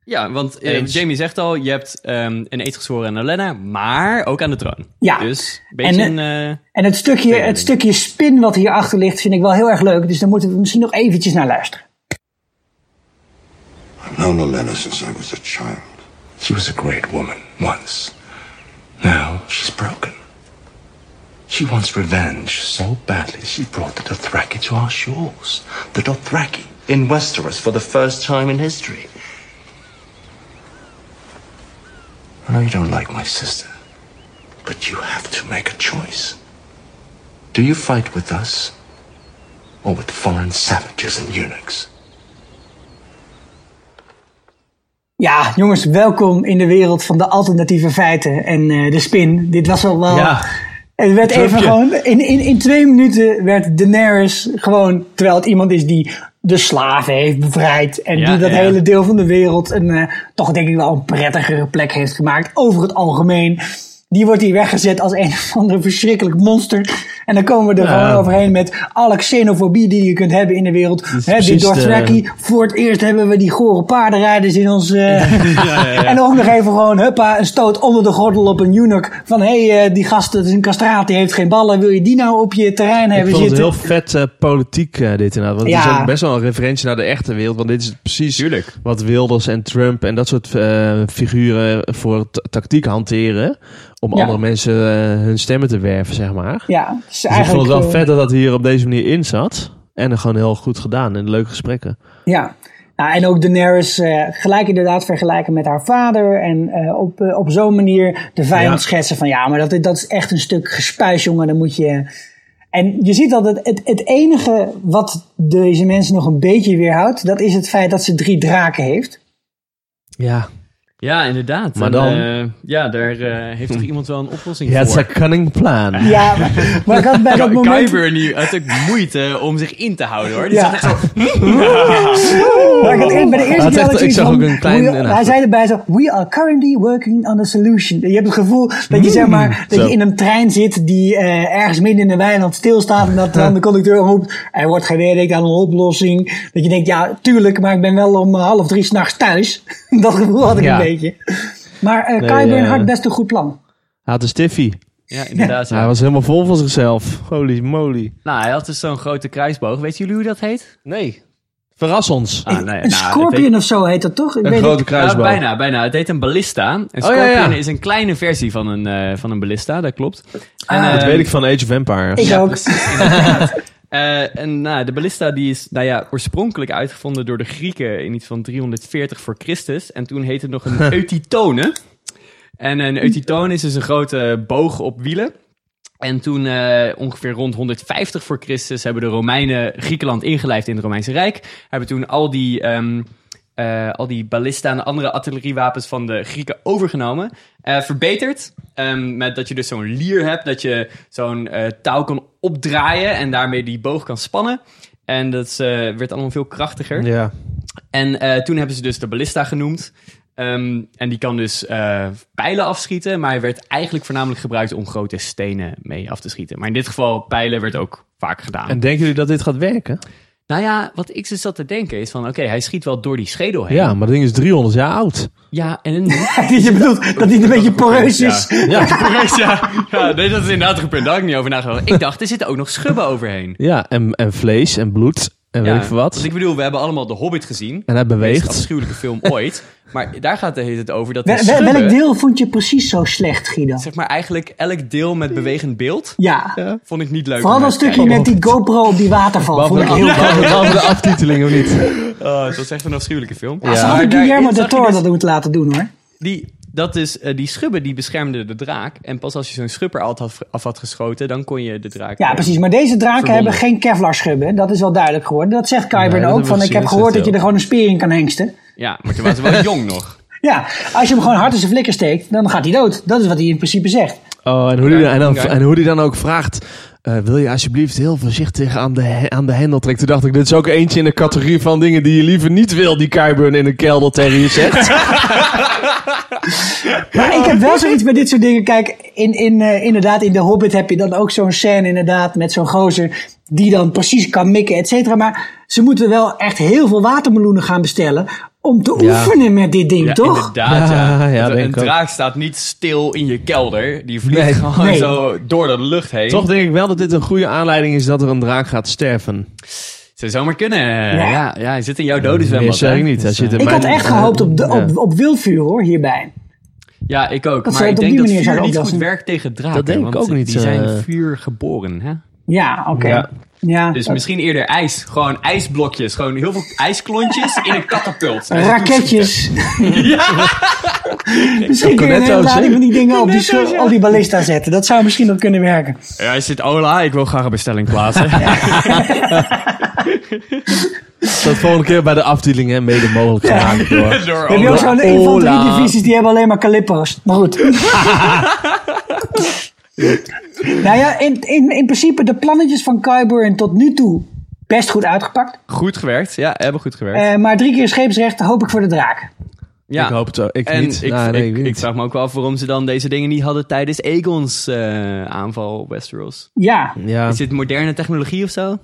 Speaker 4: Ja, want eh,
Speaker 5: Eens.
Speaker 4: Jamie zegt al, je hebt ehm, een eet gezworen aan Elena, maar ook aan de troon.
Speaker 1: Ja.
Speaker 4: Dus een beetje
Speaker 1: En,
Speaker 4: een... eh,
Speaker 1: En het stukje, het stukje spin wat hierachter ligt vind ik wel heel erg leuk. Dus daar moeten we misschien nog eventjes naar luisteren.
Speaker 6: known Elena since I was a child. She was a great woman once. Now she's broken. She wants revenge so badly she brought the Dothraki to our shores. The Dothraki in Westeros for the first time in history. I know you don't like my sister, but you have to make a choice. Do you fight with us or with foreign savages and eunuchs?
Speaker 1: Ja, jongens, welkom in de wereld van de alternatieve feiten en eh, de spin. Dit was al wel...
Speaker 5: Ja.
Speaker 1: Het werd even
Speaker 5: Trumpje.
Speaker 1: gewoon... In, in, in twee minuten werd Daenerys gewoon... Terwijl het iemand is die de slaven heeft bevrijd. En
Speaker 4: Ja,
Speaker 1: die dat
Speaker 4: ja, ja.
Speaker 1: hele deel van de wereld een... eh, toch denk ik wel een prettigere plek heeft gemaakt. Over het algemeen. Die wordt hier weggezet als een of ander verschrikkelijk monster. En dan komen we er
Speaker 5: Ja.
Speaker 1: gewoon overheen met alle xenofobie die je kunt hebben in de wereld. Hè, die
Speaker 5: precies de-
Speaker 1: Dothraki, voor het eerst hebben we die gore paardenrijders in ons... eh, en ook nog even gewoon, huppa, een stoot onder de gordel op een eunuch. Van, hé, hey, eh, die gast, dat is een kastraat, die heeft geen ballen. Wil je die nou op je terrein
Speaker 5: Ik
Speaker 1: hebben
Speaker 5: vond het
Speaker 1: zitten?
Speaker 5: heel vet eh, politiek eh, dit inderdaad. Want het
Speaker 1: Ja.
Speaker 5: is ook best wel een referentie naar de echte wereld. Want dit is precies
Speaker 4: Tuurlijk.
Speaker 5: wat Wilders en Trump en dat soort eh, figuren voor ta- tactiek hanteren. Om
Speaker 1: Ja.
Speaker 5: andere mensen eh, hun stemmen te werven, zeg maar.
Speaker 1: Ja, het is
Speaker 5: Dus ik vond
Speaker 1: eigenlijk...
Speaker 5: het wel
Speaker 1: eh,
Speaker 5: vet dat dat hier op deze manier in zat. En gewoon heel goed gedaan en leuke gesprekken.
Speaker 1: Ja. Nou, en ook Daenerys eh, gelijk inderdaad vergelijken met haar vader. En eh, op, eh, op zo'n manier de vijand
Speaker 5: Ja.
Speaker 1: schetsen van ja, maar dat, dat is echt een stuk gespuis, jongen. Dan moet je... En je ziet dat het, het, het enige wat deze mensen nog een beetje weerhoudt, dat is het feit dat ze drie draken heeft.
Speaker 5: Ja,
Speaker 4: ja, inderdaad.
Speaker 5: Maar
Speaker 4: En,
Speaker 5: dan-
Speaker 4: eh, ja, daar eh, heeft toch iemand wel een oplossing
Speaker 5: ja
Speaker 4: voor?
Speaker 5: it's a cunning plan.
Speaker 1: Ja, maar ik had bij dat
Speaker 4: Ky-
Speaker 1: moment...
Speaker 4: Kyber nu had ook moeite om zich in te houden hoor. Die
Speaker 1: Ja.
Speaker 4: zat echt zo,
Speaker 1: "Hmm." Maar ik had eerst- bij de
Speaker 5: Hij
Speaker 1: eerste keer
Speaker 5: zegt-
Speaker 1: had ik
Speaker 5: ik
Speaker 1: zoiets
Speaker 5: zag
Speaker 1: van,
Speaker 5: ook een klein-
Speaker 1: hoe- hij zei erbij zo, we are currently working on a solution. Je hebt het gevoel dat je zeg maar, dat
Speaker 5: Hmm. zo.
Speaker 1: je in een trein zit die eh, ergens midden in een weiland stilstaat en dat dan de conducteur roept, er wordt gewerkt aan een oplossing. Dat je denkt, ja tuurlijk, maar ik ben wel om eh, half drie s'nachts thuis. dat gevoel had ik
Speaker 5: Ja.
Speaker 1: een beetje. Maar eh
Speaker 5: Nee,
Speaker 1: Kyber en
Speaker 5: eh,
Speaker 1: Hart best een goed plan.
Speaker 5: Hij had een stiffie.
Speaker 4: Dus- ja, inderdaad. ja.
Speaker 5: Hij was helemaal vol van zichzelf. Holy moly.
Speaker 4: Nou, hij had dus zo'n grote kruisboog. Weet jullie hoe dat heet?
Speaker 5: Nee. Verras ons.
Speaker 4: Ah, nee,
Speaker 1: een
Speaker 4: nou, dat
Speaker 1: scorpion
Speaker 4: weet-
Speaker 1: of zo heet dat toch? Ik
Speaker 5: een
Speaker 1: weet
Speaker 5: grote
Speaker 1: het-
Speaker 5: kruisboog. Oh,
Speaker 4: Ja, bijna, bijna. Het heet een ballista. Een scorpion
Speaker 5: ja.
Speaker 4: is een kleine versie van een, eh, van een ballista, dat klopt.
Speaker 1: Ah.
Speaker 5: Dat weet ik van Age of Empires.
Speaker 1: Ik ook.
Speaker 4: Eh, en nou, de ballista die is nou ja, oorspronkelijk uitgevonden door de Grieken in iets van 340 voor Christus. En toen heette het nog een eutitone. En een eutitone is dus een grote boog op wielen. En toen eh, ongeveer rond 150 voor Christus hebben de Romeinen Griekenland ingelijfd in het Romeinse Rijk. Hebben toen al die, ehm, eh, al die ballista en andere artilleriewapens van de Grieken overgenomen. Eh, verbeterd. ehm, met dat je dus zo'n lier hebt, dat je zo'n eh, touw kan opdraaien en daarmee die boog kan spannen. En dat is, eh, werd allemaal veel krachtiger.
Speaker 5: Ja.
Speaker 4: En eh, toen hebben ze dus de ballista genoemd. Ehm, en die kan dus eh, pijlen afschieten, maar hij werd eigenlijk voornamelijk gebruikt om grote stenen mee af te schieten. Maar in dit geval, pijlen werd ook vaak gedaan.
Speaker 5: En denken jullie dat dit gaat werken?
Speaker 4: Nou ja, wat ik dus zat te denken is van, oké, hij schiet wel door die schedel heen.
Speaker 5: Ja, maar dat ding is 300 jaar oud.
Speaker 4: Ja, en...
Speaker 1: je bedoelt dat hij een beetje poreus is.
Speaker 5: Ja,
Speaker 4: Correct, ja. ja nee, dat is inderdaad een goed punt. Daar had ik niet over nagedacht. Ik dacht, er zitten ook nog schubben overheen.
Speaker 5: ja en, en vlees en bloed en
Speaker 4: Ja,
Speaker 5: weet ik veel wat.
Speaker 4: Want ik bedoel, we hebben allemaal The Hobbit gezien.
Speaker 5: En hij
Speaker 4: De meest
Speaker 5: beweegt.
Speaker 4: afschuwelijke film ooit. Maar daar gaat heet het over dat de
Speaker 1: Wel- wel-
Speaker 4: schubben,
Speaker 1: Welk deel vond je precies zo Eh, slecht, Guido?
Speaker 4: zeg maar eigenlijk elk deel met bewegend beeld,
Speaker 1: Ja.
Speaker 4: vond ik niet leuk.
Speaker 1: Vooral
Speaker 4: om
Speaker 1: dat
Speaker 4: naar te
Speaker 1: stukje met die GoPro op die waterval. Vond ik heel
Speaker 5: Behalve- behalve de aftiteling of niet?
Speaker 4: kijken. Oh, dat is echt een afschuwelijke film.
Speaker 5: Ja.
Speaker 1: Ze
Speaker 5: Maar
Speaker 1: hadden Guillermo
Speaker 4: daarin
Speaker 1: del
Speaker 4: zag je
Speaker 1: Toro
Speaker 4: dus
Speaker 1: dat moeten laten doen hoor.
Speaker 4: Die, dat is, eh, die schubben die beschermden de draak. En pas als je zo'n schubber al had, af had geschoten, dan kon je de draak...
Speaker 1: Ja,
Speaker 4: eh,
Speaker 1: precies. Maar deze draken hebben geen Kevlar schubben. Dat is wel duidelijk geworden. Dat zegt Kyburn
Speaker 5: dat hebben
Speaker 1: ook.
Speaker 5: we
Speaker 1: Van, ik
Speaker 5: gezien,
Speaker 1: heb
Speaker 5: dat
Speaker 1: gehoord
Speaker 5: zegt
Speaker 1: dat je
Speaker 5: hij
Speaker 1: er gewoon een speer in kan hengsten.
Speaker 4: Ja, maar toen was ze wel jong nog.
Speaker 1: Ja, als je hem gewoon hard in zijn flikker steekt, dan gaat hij dood. Dat is wat hij in principe zegt.
Speaker 5: Oh, en hoe, die, dan- en, dan,
Speaker 4: Oké.
Speaker 5: en hoe die dan ook vraagt... eh, wil je alsjeblieft heel voorzichtig aan de, he- aan de hendel trekken? Toen dacht ik, dit is ook eentje in de categorie van dingen die je liever niet wil... die Kyburn in een kelder tegen je zegt.
Speaker 1: Maar ik heb wel zoiets bij dit soort dingen. Kijk, in, in, eh, inderdaad, in The Hobbit heb je dan ook zo'n scène inderdaad met zo'n gozer. die dan precies kan mikken, et cetera. Maar ze moeten wel echt heel veel watermeloenen gaan bestellen om te oefenen met dit ding,
Speaker 4: Ja,
Speaker 1: toch?
Speaker 4: inderdaad. Ja.
Speaker 5: Ja, ja,
Speaker 4: Want
Speaker 5: denk
Speaker 4: een
Speaker 5: ik ook.
Speaker 4: draak staat niet stil in je kelder. Die vliegt
Speaker 5: Nee.
Speaker 4: gewoon
Speaker 1: Nee.
Speaker 4: zo door de lucht heen.
Speaker 5: Toch denk ik wel dat dit een goede aanleiding is dat er een draak gaat sterven.
Speaker 4: Ze zou maar kunnen. Ja.
Speaker 1: Ja.
Speaker 4: Ja, hij zit in jouw dode
Speaker 5: Meer
Speaker 4: zwembad.
Speaker 5: zeg
Speaker 4: hè?
Speaker 5: ik niet. Als je het in
Speaker 1: Ik had
Speaker 5: mijn-
Speaker 1: echt gehoopt op, de,
Speaker 5: Ja.
Speaker 1: op, op wildvuur hoor, hierbij.
Speaker 4: Ja, ik
Speaker 1: Dat
Speaker 4: ook. maar
Speaker 1: zou
Speaker 4: ik
Speaker 1: op die
Speaker 4: denk dat
Speaker 1: manier
Speaker 4: vuur
Speaker 1: zouden
Speaker 4: niet goed
Speaker 1: oplossen.
Speaker 4: werkt tegen draken.
Speaker 5: Dat denk ik
Speaker 4: want
Speaker 5: ook niet,
Speaker 4: Die zijn
Speaker 5: eh.
Speaker 4: vuur geboren, hè?
Speaker 1: Ja, oké.
Speaker 5: Ja.
Speaker 1: Ja.
Speaker 4: Dus
Speaker 1: dat-
Speaker 4: misschien eerder ijs. Gewoon ijsblokjes. Gewoon heel veel ijsklontjes in een katapult. En ze
Speaker 1: Raketjes. misschien kun je een
Speaker 5: cornetto's,
Speaker 1: hele
Speaker 5: hè?
Speaker 1: lading van die dingen op die,
Speaker 4: Cornetto's,
Speaker 1: so-
Speaker 4: ja.
Speaker 1: op die ballista zetten. Dat zou misschien nog kunnen werken.
Speaker 4: doen- Ja, hij zit Ola, ik wil graag een bestelling plaatsen.
Speaker 5: Dat volgende keer bij de afdeling hè, mede mogelijk gemaakt door.
Speaker 4: Door
Speaker 1: Heb je ook
Speaker 4: Ola.
Speaker 1: zo'n infanteriedivisies die hebben alleen maar kalippo's. Maar goed. nou ja, in, in, in principe de plannetjes van Kyburn tot nu toe best goed uitgepakt.
Speaker 4: Goed gewerkt. Ja, hebben goed gewerkt.
Speaker 1: Eh, maar drie keer scheepsrecht hoop ik voor de draak.
Speaker 4: ja.
Speaker 5: Ik hoop het ook. Ik
Speaker 4: en
Speaker 5: niet.
Speaker 4: ik,
Speaker 5: Ah, nee, ik
Speaker 4: ik,
Speaker 5: weet
Speaker 4: ik
Speaker 5: niet.
Speaker 4: vraag me ook wel af waarom ze dan deze dingen niet hadden tijdens Aegon's eh, aanval op Westeros.
Speaker 1: Ja,
Speaker 5: Ja.
Speaker 4: Is dit moderne technologie of zo?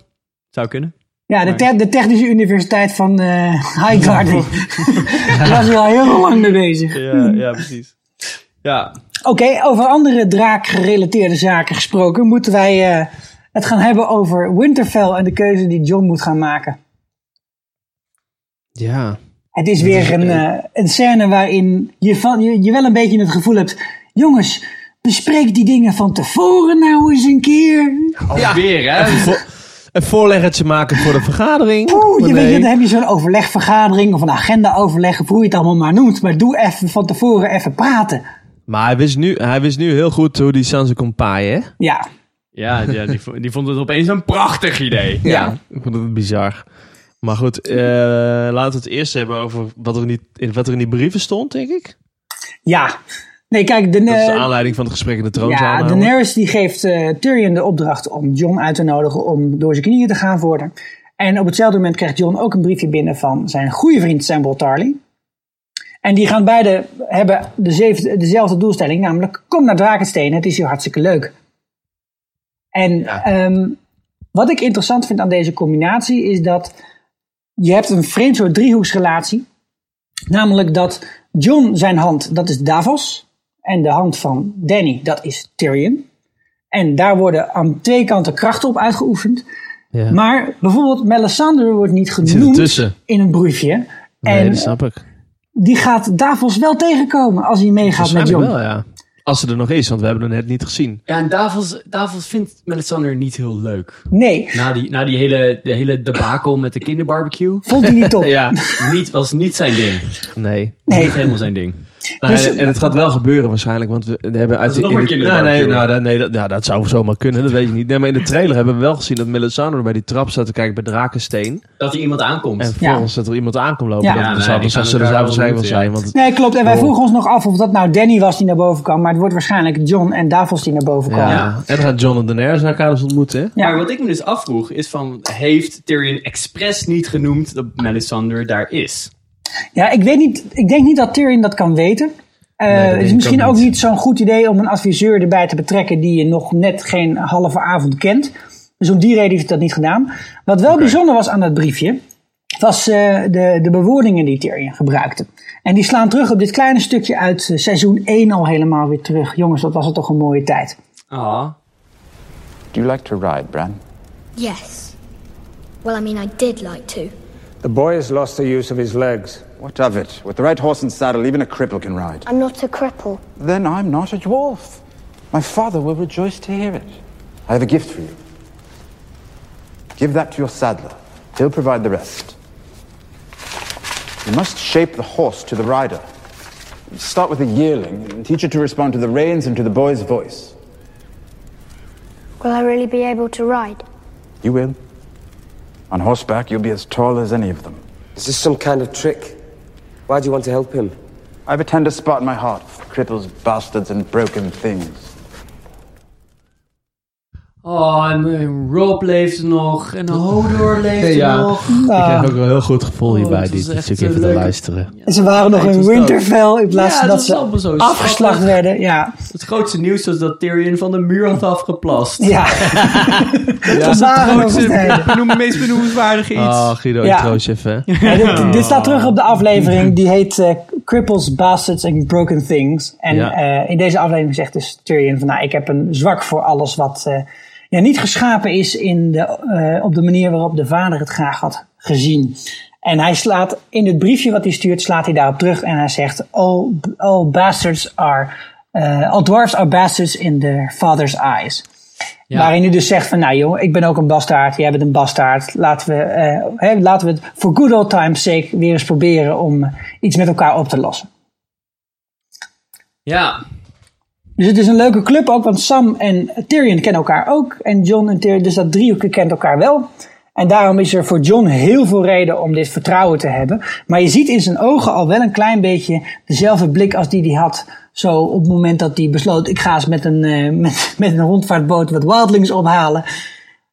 Speaker 4: Zou kunnen.
Speaker 1: ja de, te- de Technische Universiteit van eh Highgarden. Daar was hij al heel lang mee bezig.
Speaker 4: Ja, ja precies. Ja,
Speaker 1: Oké, over andere draakgerelateerde zaken gesproken, moeten wij eh, het gaan hebben over Winterfell en de keuze die John moet gaan maken.
Speaker 5: Ja.
Speaker 1: Het is weer een, eh, een scène waarin je, van, je, je wel een beetje het gevoel hebt: jongens, bespreek die dingen van tevoren nou eens een keer.
Speaker 4: alweer hè?
Speaker 5: Vo- Een voorleggertje maken voor de vergadering.
Speaker 1: Oeh,
Speaker 5: Maar
Speaker 1: je weet,
Speaker 5: nee.
Speaker 1: je, dan heb je zo'n overlegvergadering of een agendaoverleg, of hoe je het allemaal maar noemt. Maar doe even van tevoren even praten.
Speaker 5: Maar hij wist, nu, hij wist nu heel goed hoe die Sansa kon paaien. hè?
Speaker 1: Ja,
Speaker 4: Ja, ja die, vo- die vond het opeens een prachtig idee.
Speaker 1: Ja.
Speaker 5: Ik vond het bizar. Maar goed, eh, laten we het eerst hebben over wat er, in die, in- wat er in die brieven stond, denk ik.
Speaker 1: ja. Nee, kijk, de,
Speaker 5: Dat is de
Speaker 1: eh,
Speaker 5: aanleiding van het gesprek in de troonzaal.
Speaker 1: Ja,
Speaker 5: namelijk.
Speaker 1: Daenerys die geeft eh, Tyrion de opdracht om Jon uit te nodigen om door zijn knieën te gaan worden. En op hetzelfde moment krijgt Jon ook een briefje binnen van zijn goede vriend Samwell Tarly. En die gaan beide hebben dezelfde, dezelfde doelstelling, namelijk kom naar Drakenstenen, het is hier hartstikke leuk. En ehm, wat ik interessant vind aan deze combinatie is dat je hebt een vreemd soort driehoeksrelatie. Namelijk dat John zijn hand, dat is Davos. En de hand van Danny, dat is Tyrion. En daar worden aan twee kanten krachten op uitgeoefend.
Speaker 5: Ja.
Speaker 1: Maar bijvoorbeeld Melisandre wordt niet
Speaker 5: zit
Speaker 1: genoemd
Speaker 5: ertussen.
Speaker 1: in een briefje.
Speaker 5: Nee,
Speaker 1: en
Speaker 5: dat snap ik.
Speaker 1: die gaat Davos wel tegenkomen als hij meegaat met
Speaker 5: Waarschijnlijk
Speaker 1: John.
Speaker 5: wel, ja. Als ze er nog is, want we hebben er net niet gezien.
Speaker 4: Ja, en Davos, Davos vindt Melisandre niet heel leuk.
Speaker 1: Nee,
Speaker 4: Na die, na die hele, de hele debakel met de kinderbarbecue.
Speaker 1: vond hij niet top.
Speaker 5: Ja,
Speaker 4: Niet, was niet zijn ding.
Speaker 5: nee.
Speaker 1: Nee.
Speaker 4: Niet helemaal zijn ding.
Speaker 5: Nou,
Speaker 1: Dus-
Speaker 5: en, en het gaat wel gebeuren waarschijnlijk, want we we hebben uit
Speaker 4: nog
Speaker 5: in
Speaker 4: maar
Speaker 5: nou,
Speaker 4: kinderbarbecueën.
Speaker 5: nee, nou, dat, nee, dat, ja, dat zou zomaar kunnen, dat weet je niet. Nee, maar in de trailer hebben we wel gezien dat Melisandre bij die trap staat te kijken bij Drakensteen.
Speaker 4: Dat er iemand aankomt.
Speaker 5: En vervolgens dat er iemand aan komt lopen.
Speaker 1: Ja.
Speaker 5: dat
Speaker 1: Ja,
Speaker 5: dat
Speaker 4: nee,
Speaker 5: zou,
Speaker 4: die
Speaker 5: dat
Speaker 4: gaan
Speaker 5: zou- zullen
Speaker 4: elkaar
Speaker 5: zou
Speaker 4: wel
Speaker 5: waarschijnlijk wel
Speaker 4: ontmoeten,
Speaker 5: zijn, want het-
Speaker 1: Nee, klopt. En wij
Speaker 5: Oh.
Speaker 1: vroegen ons nog af of dat nou Danny was die naar boven kwam. Maar het wordt waarschijnlijk John en Davos die naar boven
Speaker 5: ja.
Speaker 1: komen. Ja.
Speaker 5: En dan gaan John en Daenerys elkaar dus ontmoeten, hè?
Speaker 4: Maar wat ik me dus afvroeg is van... Heeft Tyrion expres niet genoemd dat Melisandre daar is?
Speaker 1: ik weet niet. Ik denk niet dat Tyrion dat kan weten. Eh,
Speaker 5: dat
Speaker 1: het
Speaker 5: denk
Speaker 1: is
Speaker 5: ik
Speaker 1: misschien
Speaker 5: ook
Speaker 1: ook
Speaker 5: niet.
Speaker 1: niet, zo'n goed idee om een adviseur erbij te betrekken die je nog net geen halve avond kent. Dus om die reden heeft hij dat niet gedaan. Wat wel bijzonder was aan dat briefje, was eh, de, de bewoordingen die Tyrion gebruikte. En die slaan terug op dit kleine stukje uit eh, seizoen 1 al helemaal weer terug. Jongens, dat was het toch een mooie tijd.
Speaker 4: Ah.
Speaker 7: Do you like to ride, Bran?
Speaker 8: Yes. Well, I mean, I did like to.
Speaker 9: The boy has lost the use of his legs.
Speaker 7: What of it? With the right horse and saddle, even a cripple can ride.
Speaker 8: I'm not a cripple.
Speaker 7: Then I'm not a dwarf. My father will rejoice to hear it. I have a gift for you. Give that to your saddler. He'll provide the rest. You must shape the horse to the rider. Start with a yearling and teach it to respond to the reins and to the boy's voice.
Speaker 8: Will I really be able to ride?
Speaker 7: You will. On horseback, you'll be as tall as any of them.
Speaker 10: Is this some kind of trick? Why do you want to help him?
Speaker 7: I have a tender spot in my heart for cripples, bastards, and broken things.
Speaker 4: Oh, en eh, Rob leeft nog. En Hodor leeft
Speaker 5: Ja.
Speaker 4: nog.
Speaker 1: Ah.
Speaker 5: Ik heb ook wel een heel goed gevoel
Speaker 4: Oh,
Speaker 5: hierbij,
Speaker 4: het was
Speaker 5: dit
Speaker 4: echt,
Speaker 5: stuk
Speaker 4: eh,
Speaker 5: even te
Speaker 4: leuk.
Speaker 5: luisteren.
Speaker 1: En ze waren nog
Speaker 4: Ja, het
Speaker 1: in
Speaker 4: was
Speaker 1: Winterfell in plaats
Speaker 4: Ja,
Speaker 1: van
Speaker 4: dat
Speaker 1: dat
Speaker 4: is
Speaker 1: ze
Speaker 4: allemaal zo
Speaker 1: afgeslacht
Speaker 4: schattig.
Speaker 1: werden. Ja,
Speaker 4: Het grootste nieuws was dat Tyrion van de muur had afgeplast.
Speaker 1: ja. dat waren nog snijden.
Speaker 4: Benoem, meest benoemenswaardige iets.
Speaker 5: Oh, Guido,
Speaker 1: Ja.
Speaker 5: intro's even. hè.
Speaker 1: Ja, dit, dit staat terug op de aflevering die heet eh, Cripples, Bastards and Broken Things. En
Speaker 5: Ja.
Speaker 1: eh, in deze aflevering zegt dus Tyrion van nou, ik heb een zwak voor alles wat eh, ja, niet geschapen is in de, eh, op de manier waarop de vader het graag had gezien. En hij slaat in het briefje wat hij stuurt, slaat hij daarop terug en hij zegt all, all bastards are, eh, all dwarfs are bastards in their father's eyes. Waarin hij dus zegt van, nou jongen, ik ben ook een bastaard, jij bent een bastaard. Laten we, eh, hè, laten we het voor good old time's sake weer eens proberen om iets met elkaar op te lossen.
Speaker 4: Ja,
Speaker 1: Dus het is een leuke club ook, want Sam en Tyrion kennen elkaar ook. En John en Tyrion, dus dat driehoekje kent elkaar wel. En daarom is er voor John heel veel reden om dit vertrouwen te hebben. Maar je ziet in zijn ogen al wel een klein beetje dezelfde blik als die hij had. Zo op het moment dat hij besloot, ik ga eens met een, eh, met, met een rondvaartboot wat wildlings ophalen.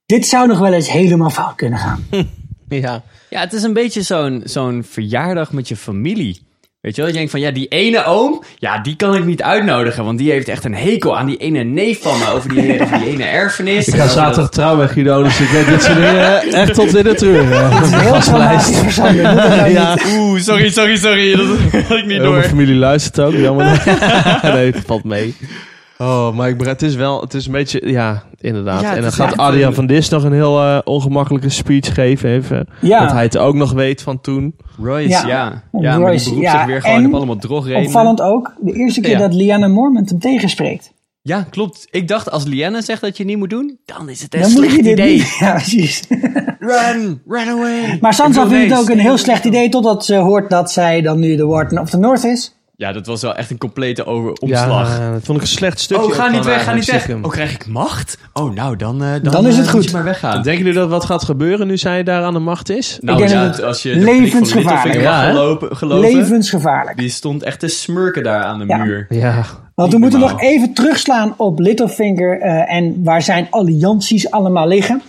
Speaker 1: Dit zou nog wel eens helemaal fout kunnen gaan.
Speaker 5: Ja.
Speaker 4: Ja, het is een beetje zo'n zo'n verjaardag met je familie. Weet je wel, dat je denkt van, ja, die ene oom, ja, die kan ik niet uitnodigen, want die heeft echt een hekel aan die ene neef van me over die, over die ene erfenis.
Speaker 5: Ik ga zaterdag trouwen, Guido, dus ik weet dit soort dingen eh, echt tot in eh. de treur.
Speaker 1: Het is heel traumatisch voor Sam. dat moet het nou
Speaker 5: Ja,
Speaker 4: Oeh, sorry, sorry, sorry, dat had ik niet
Speaker 5: Eh, Mijn familie luistert ook, jammer. nee, het valt mee. Oh, maar ik begrijp, het is wel, het is een beetje, ja, inderdaad.
Speaker 4: Ja, het
Speaker 5: en dan
Speaker 4: is
Speaker 5: gaat
Speaker 4: echt
Speaker 5: Aria
Speaker 4: een-
Speaker 5: van Dis nog een heel eh, ongemakkelijke speech geven, even.
Speaker 1: Ja.
Speaker 5: Dat hij het ook nog weet van toen.
Speaker 4: Royce,
Speaker 1: Ja.
Speaker 4: ja. Ja,
Speaker 1: Royce,
Speaker 4: maar die beroept
Speaker 1: ja,
Speaker 4: zich weer gewoon
Speaker 1: en
Speaker 4: op allemaal drogredenen.
Speaker 1: Opvallend ook, de eerste keer
Speaker 5: Ja.
Speaker 1: dat Liana Mormont hem tegenspreekt.
Speaker 4: Ja, klopt. Ik dacht, als Liana zegt dat je niet moet doen, dan is het een
Speaker 1: Dan moet
Speaker 4: slecht
Speaker 1: je dit
Speaker 4: idee.
Speaker 1: niet. Ja, precies.
Speaker 4: Run, run away.
Speaker 1: Maar Sansa
Speaker 4: Ik wil
Speaker 1: vindt het
Speaker 4: deze.
Speaker 1: ook een heel slecht idee totdat ze hoort dat zij dan nu de Warden of the North is.
Speaker 4: Ja, dat was wel echt een complete over omslag.
Speaker 5: Ja, dat vond ik een slecht stukje.
Speaker 4: Oh, ga
Speaker 5: ook
Speaker 4: niet
Speaker 5: van eh,
Speaker 4: weg, ga
Speaker 5: Aria
Speaker 4: niet weg.
Speaker 5: Sichem.
Speaker 4: Oh, krijg ik macht? Oh, nou, dan, eh, dan,
Speaker 1: Dan is
Speaker 4: eh,
Speaker 1: het
Speaker 4: moet
Speaker 1: goed.
Speaker 4: je maar weggaan.
Speaker 5: Denken jullie dat wat gaat gebeuren nu zij daar aan de macht is?
Speaker 4: Nou
Speaker 1: Ik denk
Speaker 4: ja,
Speaker 1: dat het
Speaker 4: als je de blik van
Speaker 1: levensgevaarlijk
Speaker 4: Littlefinger
Speaker 5: is.
Speaker 4: mag
Speaker 5: Ja, hè?
Speaker 4: gelopen, geloven,
Speaker 1: Levensgevaarlijk.
Speaker 4: die stond echt te smurken daar aan de
Speaker 1: Ja.
Speaker 4: muur.
Speaker 5: Ja.
Speaker 1: Want we moeten nog
Speaker 4: normaal.
Speaker 1: even terugslaan op Littlefinger eh, en waar zijn allianties allemaal liggen.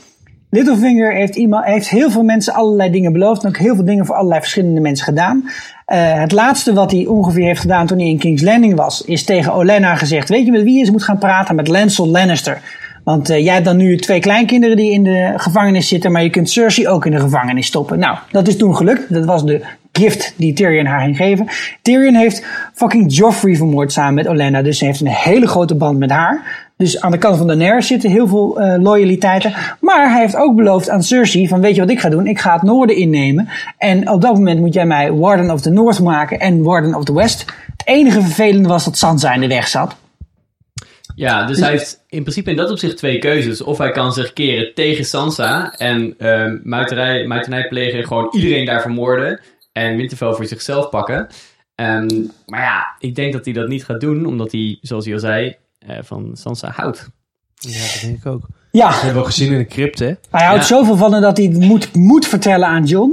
Speaker 1: Littlefinger heeft, iemand, heeft heel veel mensen allerlei dingen beloofd en ook heel veel dingen voor allerlei verschillende mensen gedaan. Eh, het laatste wat hij ongeveer heeft gedaan toen hij in King's Landing was, is tegen Olenna gezegd: Weet je met wie je eens moet gaan praten? Met Lancel Lannister. Want eh, jij hebt dan nu twee kleinkinderen die in de gevangenis zitten, maar je kunt Cersei ook in de gevangenis stoppen. Nou, dat is toen gelukt. Dat was de gift die Tyrion haar ging geven. Tyrion heeft fucking Joffrey vermoord samen met Olenna, dus ze heeft een hele grote band met haar. Dus aan de kant van Daenerys zitten heel veel eh, loyaliteiten. Maar hij heeft ook beloofd aan Cersei van weet je wat ik ga doen? Ik ga het noorden innemen. En op dat moment moet jij mij Warden of the North maken en Warden of the West. Het enige vervelende was dat Sansa in de weg zat.
Speaker 4: Ja, dus hij heeft in principe in dat opzicht twee keuzes. Of hij kan zich keren tegen Sansa en ehm muiterij, muitenij plegen en gewoon iedereen daar vermoorden. En Winterfell voor zichzelf pakken. Ehm, maar ja, ik denk dat hij dat niet gaat doen, omdat hij, zoals hij al zei, eh, van Sansa houdt.
Speaker 5: Ja, dat denk ik ook.
Speaker 1: Ja,
Speaker 5: Dat hebben we ook gezien in de crypt, hè?
Speaker 1: hij houdt
Speaker 4: Ja.
Speaker 1: zoveel van haar dat hij het moet, moet vertellen aan John.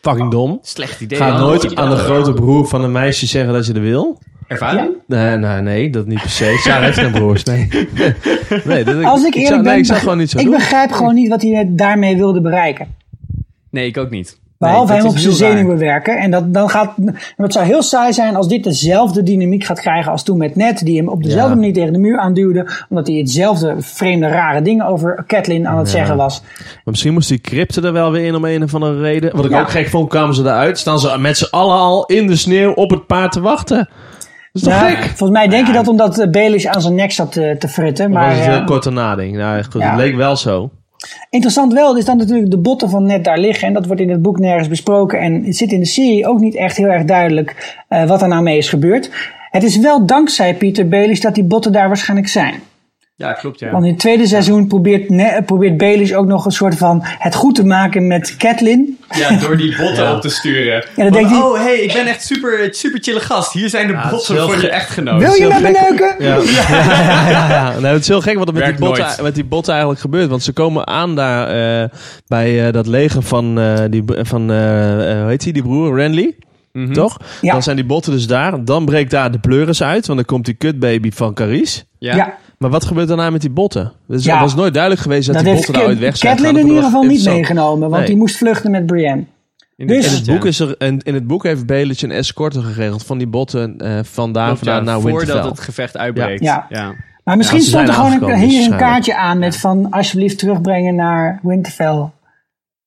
Speaker 5: Fucking dom.
Speaker 4: Slecht idee.
Speaker 5: Ga
Speaker 4: man.
Speaker 5: nooit aan de grote broer van een meisje zeggen dat je er wil.
Speaker 4: Ervaring?
Speaker 5: Nee, nee, nee, dat niet per se. Sarah heeft geen broers, nee. nee dat,
Speaker 1: Als ik
Speaker 5: zou-
Speaker 1: eerlijk ben,
Speaker 5: nee, ik zou
Speaker 1: beg-
Speaker 5: gewoon niet zo
Speaker 1: ik
Speaker 5: doen.
Speaker 1: begrijp gewoon niet wat hij daarmee wilde bereiken.
Speaker 4: Nee, ik ook niet.
Speaker 1: Behalve
Speaker 5: dat
Speaker 1: hem
Speaker 5: is
Speaker 1: op zijn
Speaker 5: heel raar.
Speaker 1: zenuwen werken. En dat, dan gaat, het zou heel saai zijn als dit dezelfde dynamiek gaat krijgen als toen met Ned. Die hem op dezelfde
Speaker 5: Ja.
Speaker 1: manier tegen de muur aanduwde. Omdat hij hetzelfde vreemde rare dingen over Catelyn aan het zeggen was.
Speaker 5: Maar misschien moest die crypte er wel weer in om een of andere reden. Wat ik
Speaker 1: Ja.
Speaker 5: ook gek vond, kwamen ze eruit. Staan ze met z'n allen al in de sneeuw op het paard te wachten. Dat is toch
Speaker 1: Nou,
Speaker 5: gek?
Speaker 1: Volgens mij denk je dat omdat eh, Baelish aan zijn nek zat eh, te fritten.
Speaker 5: Maar,
Speaker 1: Maar
Speaker 5: was het heel
Speaker 1: eh,
Speaker 5: kort daarna, denk ik. Nou, goed,
Speaker 1: Ja.
Speaker 5: het leek wel zo.
Speaker 1: interessant wel is dan natuurlijk de botten van Ned daar liggen. En dat wordt in het boek nergens besproken. En het zit in de serie ook niet echt heel erg duidelijk eh, wat er nou mee is gebeurd. Het is wel dankzij Peter Baelish dat die botten daar waarschijnlijk zijn.
Speaker 4: Ja, klopt ja.
Speaker 1: Want in het tweede seizoen probeert, ne, eh, probeert Baelish ook nog een soort van het goed te maken met Catelyn.
Speaker 4: Ja, door die botten op te sturen.
Speaker 1: dan
Speaker 4: Want,
Speaker 1: denkt hij-
Speaker 4: Oh, hey, ik ben echt super, super chille gast. Hier zijn de
Speaker 5: is heel
Speaker 4: botten voor
Speaker 5: ge-
Speaker 4: je echtgenoot.
Speaker 1: Wil je met me neuken?
Speaker 5: Ja. Nee, het is heel gek wat er met die,
Speaker 4: Werkt
Speaker 5: botten,
Speaker 4: nooit.
Speaker 5: met die botten eigenlijk gebeurt. Want ze komen aan daar eh, bij eh, dat leger van, eh, die, van eh, eh, hoe heet hij, die broer, Renly.
Speaker 4: Mhm.
Speaker 5: Toch?
Speaker 1: Ja.
Speaker 5: Dan zijn die botten dus daar. Dan breekt daar de pleuris uit, want dan komt die kutbaby van Carice.
Speaker 1: Ja.
Speaker 5: Maar wat gebeurt daarna met die botten? Dus Het is-
Speaker 1: Ja.
Speaker 5: was nooit duidelijk geweest dat, die botten daar ooit weg zijn.
Speaker 1: Catelyn in
Speaker 5: gegaan. Dat
Speaker 1: ieder geval niet
Speaker 5: interessant.
Speaker 1: meegenomen, want
Speaker 5: Nee.
Speaker 1: die moest vluchten met Brienne. Dus-
Speaker 5: in, het boek is er, en in het boek heeft Baelish een escorte geregeld van die botten eh van daar
Speaker 4: Klopt, ja,
Speaker 5: vandaan naar Winterfell.
Speaker 4: voordat het gevecht uitbreekt.
Speaker 1: Ja.
Speaker 4: Ja.
Speaker 1: Maar misschien
Speaker 5: Ja, ze
Speaker 1: stond er
Speaker 5: zijn
Speaker 1: gewoon een,
Speaker 5: aangekomen,
Speaker 1: hing er een
Speaker 5: waarschijnlijk.
Speaker 1: kaartje aan met van alsjeblieft terugbrengen naar Winterfell.
Speaker 4: Ja,
Speaker 1: En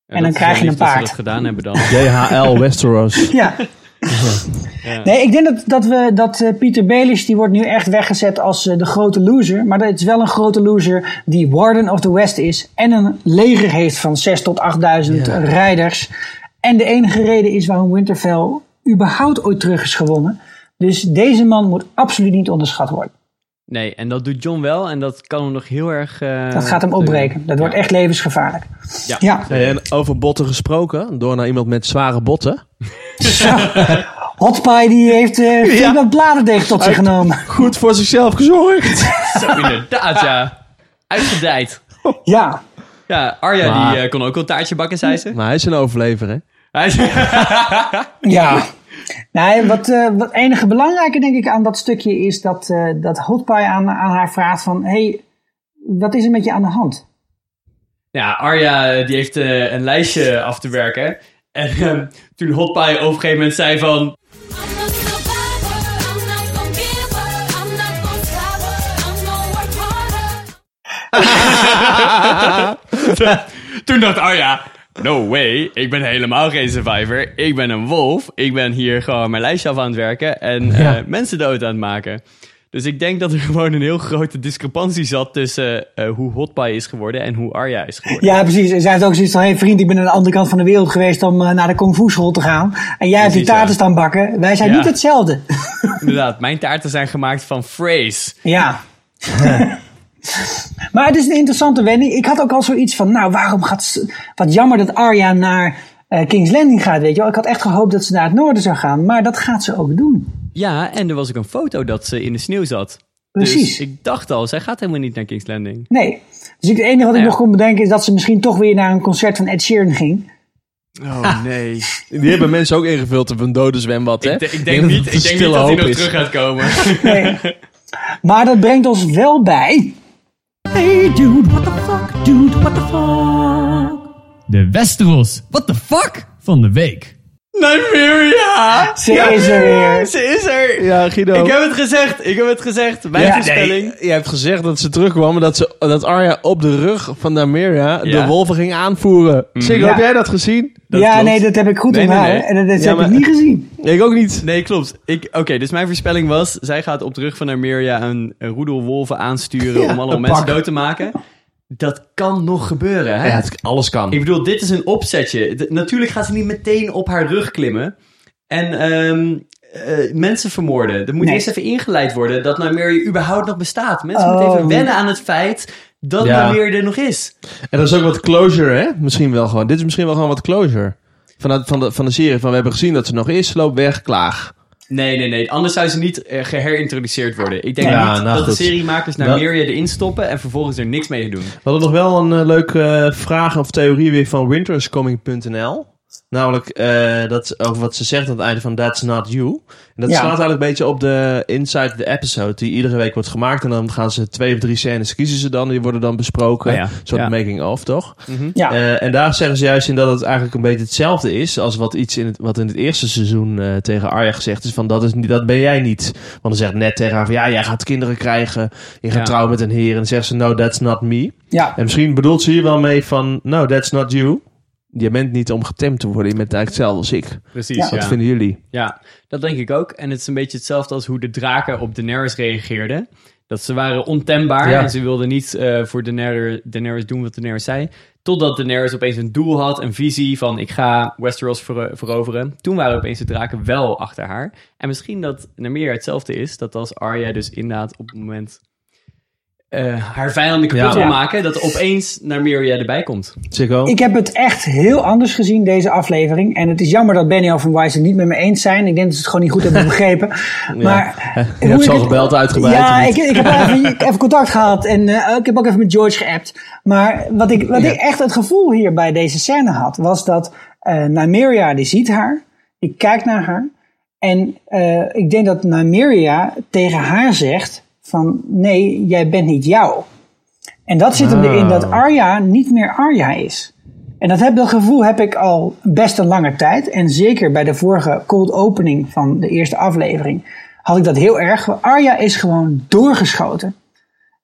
Speaker 1: dan
Speaker 4: dat is
Speaker 1: krijg
Speaker 4: wel
Speaker 1: je
Speaker 4: lief
Speaker 1: een
Speaker 4: dat ze
Speaker 1: paard.
Speaker 4: dat gedaan hebben dan.
Speaker 5: JHL Westeros.
Speaker 1: Ja.
Speaker 4: Ja.
Speaker 1: Nee, ik denk dat, dat, we, dat eh, Pieter Baelish, die wordt nu echt weggezet als eh, de grote loser. Maar dat is wel een grote loser die Warden of the West is. En een leger heeft van 6.000 tot 8.000 rijders. En de enige reden is waarom Winterfell überhaupt ooit terug is gewonnen. Dus deze man moet absoluut niet onderschat worden.
Speaker 4: Nee, en dat doet John wel en dat kan hem nog heel erg... eh,
Speaker 1: Dat gaat hem opbreken. Dat wordt
Speaker 4: ja.
Speaker 1: echt levensgevaarlijk.
Speaker 4: Ja.
Speaker 1: ja.
Speaker 5: Hey, en over botten gesproken, door naar iemand met zware botten.
Speaker 1: Hot Pie die heeft eh 400 bladerdeeg tot zich
Speaker 5: Uit-
Speaker 1: genomen.
Speaker 5: Goed voor zichzelf gezorgd.
Speaker 4: Zo, inderdaad, ja. Uitgedijd.
Speaker 1: Ja,
Speaker 4: Ja, Arja
Speaker 5: Maar-
Speaker 4: die eh, kon ook wel een taartje bakken, zei ze.
Speaker 5: maar hij is een overlever, hè?
Speaker 4: Hij zei-
Speaker 1: ja. Nee, wat, eh, wat enige belangrijke denk ik aan dat stukje is dat, eh dat Hot Pie aan, aan haar vraagt van... hey, wat is er met je aan de hand?
Speaker 4: Ja, Arja eh, die heeft eh, een lijstje af te werken. En ehm, toen Hotpie op een gegeven moment zei van...
Speaker 11: I'm not survivor, I'm not gon' give up, I'm not gon' sour, I'm gon' work harder.
Speaker 4: Toen dacht Arja... No way, ik ben helemaal geen survivor. Ik ben een wolf. Ik ben hier gewoon mijn lijstje af aan het werken en eh, mensen dood aan het maken. Dus ik denk dat er gewoon een heel grote discrepantie zat tussen eh, hoe Hotpie is geworden en hoe Arja is geworden.
Speaker 1: Ja, precies. En zij heeft ook zoiets van... hey, vriend, ik ben aan de andere kant van de wereld geweest om eh, naar de kung fu school te gaan. En jij hebt die
Speaker 4: Precies,
Speaker 1: taarten
Speaker 4: ja.
Speaker 1: staan bakken. Wij zijn
Speaker 4: Ja.
Speaker 1: niet hetzelfde.
Speaker 4: Inderdaad, mijn taarten zijn gemaakt van phrase.
Speaker 1: Ja. maar het is een interessante wending. Ik had ook al zoiets van, nou, waarom gaat... ze- Wat jammer dat Arya naar eh, King's Landing gaat, weet je wel. Ik had echt gehoopt dat ze naar het noorden zou gaan. Maar dat gaat ze ook doen.
Speaker 4: Ja, en er was ook een foto dat ze in de sneeuw zat.
Speaker 1: Precies.
Speaker 4: Dus ik dacht al, zij gaat helemaal niet naar King's Landing.
Speaker 1: Nee. Dus ik, het enige wat ik
Speaker 4: Ja.
Speaker 1: nog kon bedenken is dat ze misschien toch weer naar een concert van Ed Sheeran ging.
Speaker 5: Ah.
Speaker 4: Oh nee.
Speaker 5: Die hebben mensen ook ingevuld op een dode zwembad, hè?
Speaker 4: ik, denk- ik denk niet, ik denk niet dat hij nog terug gaat komen.
Speaker 1: Nee. maar dat brengt ons wel bij... Hey dude, what the fuck, dude, what the fuck.
Speaker 2: De Westeros. What the fuck? Van de week.
Speaker 4: Nymeria!
Speaker 1: Ze is er weer.
Speaker 4: Ze is er!
Speaker 5: Ja, Guido.
Speaker 4: Ik heb het gezegd, ik heb het gezegd. Mijn
Speaker 5: Oh. Ja,
Speaker 4: voorspelling.
Speaker 5: nee, je hebt gezegd dat ze terugkwam, maar dat, ze, dat Arya op de rug van Dameria
Speaker 4: Ja.
Speaker 5: de wolven ging aanvoeren. Zeker,
Speaker 1: Ja.
Speaker 5: heb jij Mhm. dat gezien?
Speaker 1: ja,
Speaker 4: klopt.
Speaker 1: nee, dat heb ik goed
Speaker 4: Nee, nee,
Speaker 1: onthouden.
Speaker 4: nee.
Speaker 1: En dat, dat
Speaker 5: Ja,
Speaker 1: heb
Speaker 5: maar-
Speaker 1: ik niet gezien.
Speaker 5: Ik ook niet.
Speaker 4: Nee, klopt. Ik- Oké, dus mijn voorspelling was... zij gaat op de rug van Nymeria een, een roedel wolven aansturen... om allemaal mensen dood te maken. Dat kan nog gebeuren, hè?
Speaker 5: Ja, het- alles kan.
Speaker 4: Ik bedoel, dit is een opzetje. D- natuurlijk gaat ze niet meteen op haar rug klimmen en ehm, eh, mensen vermoorden. Er moet
Speaker 1: Nee.
Speaker 4: eerst even ingeleid worden dat Nymeria überhaupt nog bestaat. Mensen
Speaker 1: Oh.
Speaker 4: moeten even wennen aan het feit dat
Speaker 5: Ja.
Speaker 4: Nymeria er nog is.
Speaker 5: En dat is ook wat closure, hè? Misschien wel gewoon. Dit is misschien wel gewoon wat closure. Vanuit, van, de, van de serie, van we hebben gezien dat ze nog is, loop weg, klaag.
Speaker 4: Nee, nee, nee. Anders zou ze niet eh, geherintroduceerd worden. Ik denk
Speaker 5: Ja,
Speaker 4: niet
Speaker 5: nou
Speaker 4: dat
Speaker 5: goed.
Speaker 4: de seriemakers
Speaker 5: Dat-
Speaker 4: Nymeria erin stoppen en vervolgens er niks mee doen.
Speaker 5: We hadden nog wel een eh, leuke vraag of theorie weer van winterscoming.nl. Namelijk eh, dat, over wat ze zegt aan het einde van That's Not You. En dat
Speaker 1: Ja.
Speaker 5: slaat eigenlijk een beetje op de Inside the Episode die iedere week wordt gemaakt. En dan gaan ze twee of drie scènes kiezen ze dan. Die worden dan besproken.
Speaker 4: Oh ja,
Speaker 5: Een soort
Speaker 4: ja.
Speaker 5: making of, toch?
Speaker 1: Ja.
Speaker 5: Eh, en daar zeggen ze juist in dat het eigenlijk een beetje hetzelfde is als wat iets in het, wat in het eerste seizoen eh, tegen Arya gezegd is van dat, is, niet- dat ben jij niet. Want dan zegt net tegen haar van ja, jij gaat kinderen krijgen, je gaat
Speaker 4: Ja.
Speaker 5: trouwen met een heer. En dan zegt ze no, that's not me.
Speaker 1: ja.
Speaker 5: En misschien bedoelt ze hier wel mee van no, that's not you. Je bent niet om getemd te worden, je bent eigenlijk hetzelfde als ik.
Speaker 1: Ja.
Speaker 4: Precies,
Speaker 5: Wat vinden jullie?
Speaker 4: Ja, dat denk ik ook. En het is een beetje hetzelfde als hoe de draken op Daenerys reageerden. Dat ze waren ontembaar
Speaker 5: Ja.
Speaker 4: en ze wilden niet eh, voor Daenerys, Daenerys doen wat Daenerys zei. Totdat Daenerys opeens een doel had, een visie van ik ga Westeros vero- veroveren. Toen waren opeens de draken wel achter haar. En misschien dat Namir hetzelfde is. Dat als Arya dus inderdaad op het moment eh, haar vijanden kapot
Speaker 5: Ja.
Speaker 4: wil
Speaker 1: Ja.
Speaker 4: maken, dat opeens Nymeria erbij komt.
Speaker 5: Sikko?
Speaker 1: Ik heb het echt heel anders gezien, deze aflevering. En het is jammer dat Benioff en Weiss het niet met me eens zijn. Ik denk dat ze het gewoon niet goed hebben begrepen. Maar
Speaker 5: Je
Speaker 1: hoe
Speaker 5: hebt ze
Speaker 1: ik
Speaker 5: al
Speaker 1: het-
Speaker 5: gebeld, uitgebreid.
Speaker 1: Ja,
Speaker 5: of
Speaker 1: ik,
Speaker 5: niet?
Speaker 1: ik heb even, ik heb contact gehad en eh, ik heb ook even met George geappt. Maar wat ik, wat ik echt het gevoel hier bij deze scène had, was dat eh Nymeria, die ziet haar, die kijkt naar haar. En eh, ik denk dat Nymeria tegen haar zegt van nee, jij bent niet jou. En dat zit hem
Speaker 12: Ah.
Speaker 1: erin dat Arya niet meer Arya is. En dat, heb, dat gevoel heb ik al best een lange tijd. En zeker bij de vorige cold opening van de eerste aflevering had ik dat heel erg. Arya is gewoon doorgeschoten.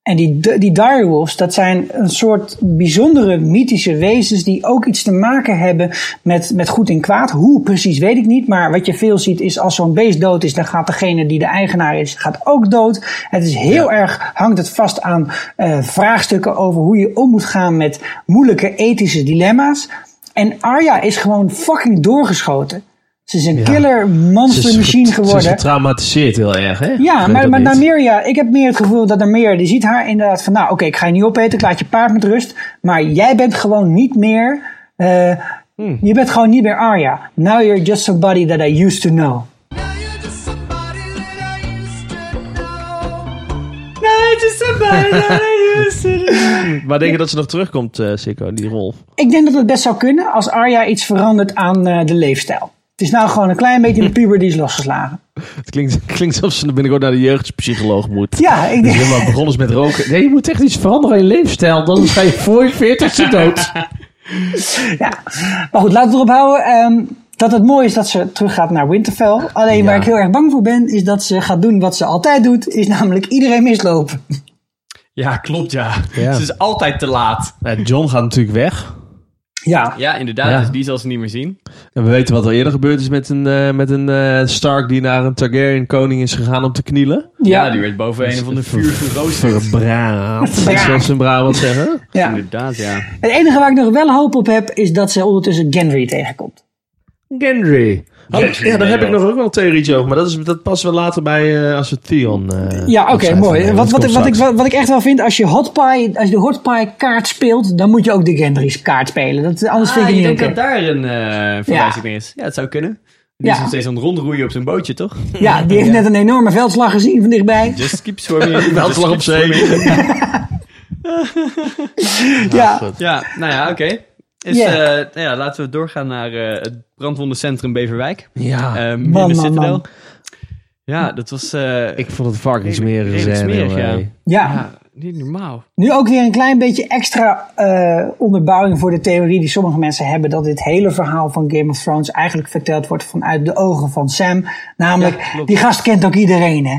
Speaker 1: En die, die direwolves, dat zijn een soort bijzondere mythische wezens die ook iets te maken hebben met, met goed en kwaad. Hoe precies weet ik niet, maar wat je veel ziet is als zo'n beest dood is, dan gaat degene die de eigenaar is, gaat ook dood. Het is heel erg, hangt het vast aan eh, vraagstukken over hoe je om moet gaan met moeilijke ethische dilemma's. En Arya is gewoon fucking doorgeschoten. Ze is een killer
Speaker 5: Ze
Speaker 1: monster
Speaker 5: is
Speaker 1: machine
Speaker 5: get-
Speaker 1: geworden.
Speaker 5: Ze is getraumatiseerd heel erg, hè?
Speaker 1: Ja,
Speaker 5: Ik weet
Speaker 1: maar,
Speaker 5: dat
Speaker 1: maar
Speaker 5: niet.
Speaker 1: Nymeria, ik heb meer het gevoel dat Nymeria, die ziet haar inderdaad van, nou oké, ik ga je niet opeten, ik laat je paard met rust. Maar jij bent gewoon niet meer, eh,
Speaker 5: Hmm.
Speaker 1: je bent gewoon niet meer Arya. Now you're just somebody that I used to know.
Speaker 5: Maar denk je dat ze nog terugkomt, eh Sikko, die rol?
Speaker 1: Ik denk dat het best zou kunnen als Arya iets verandert aan eh, de leefstijl. Het is nou gewoon een klein beetje de puber die is losgeslagen.
Speaker 5: Het klinkt, klinkt alsof ze binnenkort naar de jeugdpsycholoog moet.
Speaker 1: Ja, ik
Speaker 5: denk...
Speaker 1: denk-
Speaker 5: helemaal begonnen is met roken. Nee, je moet echt iets veranderen in je leefstijl. Dan ga je voor je veertigste dood.
Speaker 1: ja. Maar goed, laten we erop houden. ehm, dat het mooi is dat ze teruggaat naar Winterfell. Alleen waar ik heel erg bang voor ben, is dat ze gaat doen wat ze altijd doet. Is namelijk iedereen mislopen.
Speaker 4: Ja, klopt ja.
Speaker 5: Ja.
Speaker 4: Ze is altijd te laat.
Speaker 5: John gaat natuurlijk weg.
Speaker 1: Ja.
Speaker 4: Ja, inderdaad.
Speaker 5: Ja.
Speaker 4: Dus die zal ze niet meer zien.
Speaker 5: En we weten wat er eerder gebeurd is met een, eh, met een eh, Stark die naar een Targaryen koning is gegaan om te knielen.
Speaker 4: Ja, die werd boven een of ander vuur geroosterd.
Speaker 5: Verbraad. Zoals ze in Brabant zeggen.
Speaker 1: Ja.
Speaker 4: Inderdaad, ja.
Speaker 1: Het enige waar ik nog wel hoop op heb, is dat ze ondertussen Gendry tegenkomt.
Speaker 5: Gendry. Oh,
Speaker 1: Gendry,
Speaker 5: ja, daar heb
Speaker 1: nee,
Speaker 5: ik nog ook wel een theorie over. Maar dat, is, dat past wel later bij eh als we Theon... eh,
Speaker 1: Ja, oké,
Speaker 5: afscheid van
Speaker 1: mooi.
Speaker 5: nemen.
Speaker 1: Wat,
Speaker 5: Dat
Speaker 1: wat,
Speaker 5: komt
Speaker 1: ik- wat, ik,
Speaker 5: straks.
Speaker 1: wat, wat ik echt wel vind, als je, hot pie, als je de hot pie kaart speelt, dan moet je ook de Gendry kaart spelen. Dat, anders vind
Speaker 4: Ah,
Speaker 1: ik
Speaker 4: je
Speaker 1: het niet
Speaker 4: denkt
Speaker 1: oké.
Speaker 4: dat daar een eh verwijzing mee is. Ja, het zou kunnen. Die
Speaker 1: Ja.
Speaker 4: is nog steeds aan het rondroeien op zijn bootje, toch?
Speaker 1: Ja, die heeft net een enorme veldslag gezien van dichtbij.
Speaker 4: Just dus keep swimming.
Speaker 5: Veldslag op zee.
Speaker 1: ja.
Speaker 4: Ja, nou ja, oké. Is,
Speaker 1: Ja.
Speaker 4: eh, nou ja, laten we doorgaan naar eh, het brandwondencentrum Beverwijk.
Speaker 5: Ja.
Speaker 4: Ehm,
Speaker 1: Man,
Speaker 4: in de
Speaker 1: man,
Speaker 4: Citadel.
Speaker 1: man.
Speaker 4: Ja, dat was... eh,
Speaker 5: Ik vond het fucking
Speaker 4: redelijk-
Speaker 5: smerig.
Speaker 4: redelijk
Speaker 5: zijn,
Speaker 4: smerig,
Speaker 5: jongen, hey.
Speaker 1: Ja.
Speaker 4: niet normaal.
Speaker 1: Nu ook weer een klein beetje extra eh, onderbouwing voor de theorie die sommige mensen hebben dat dit hele verhaal van Game of Thrones eigenlijk verteld wordt vanuit de ogen van Sam. Namelijk, die gast kent ook iedereen, hè?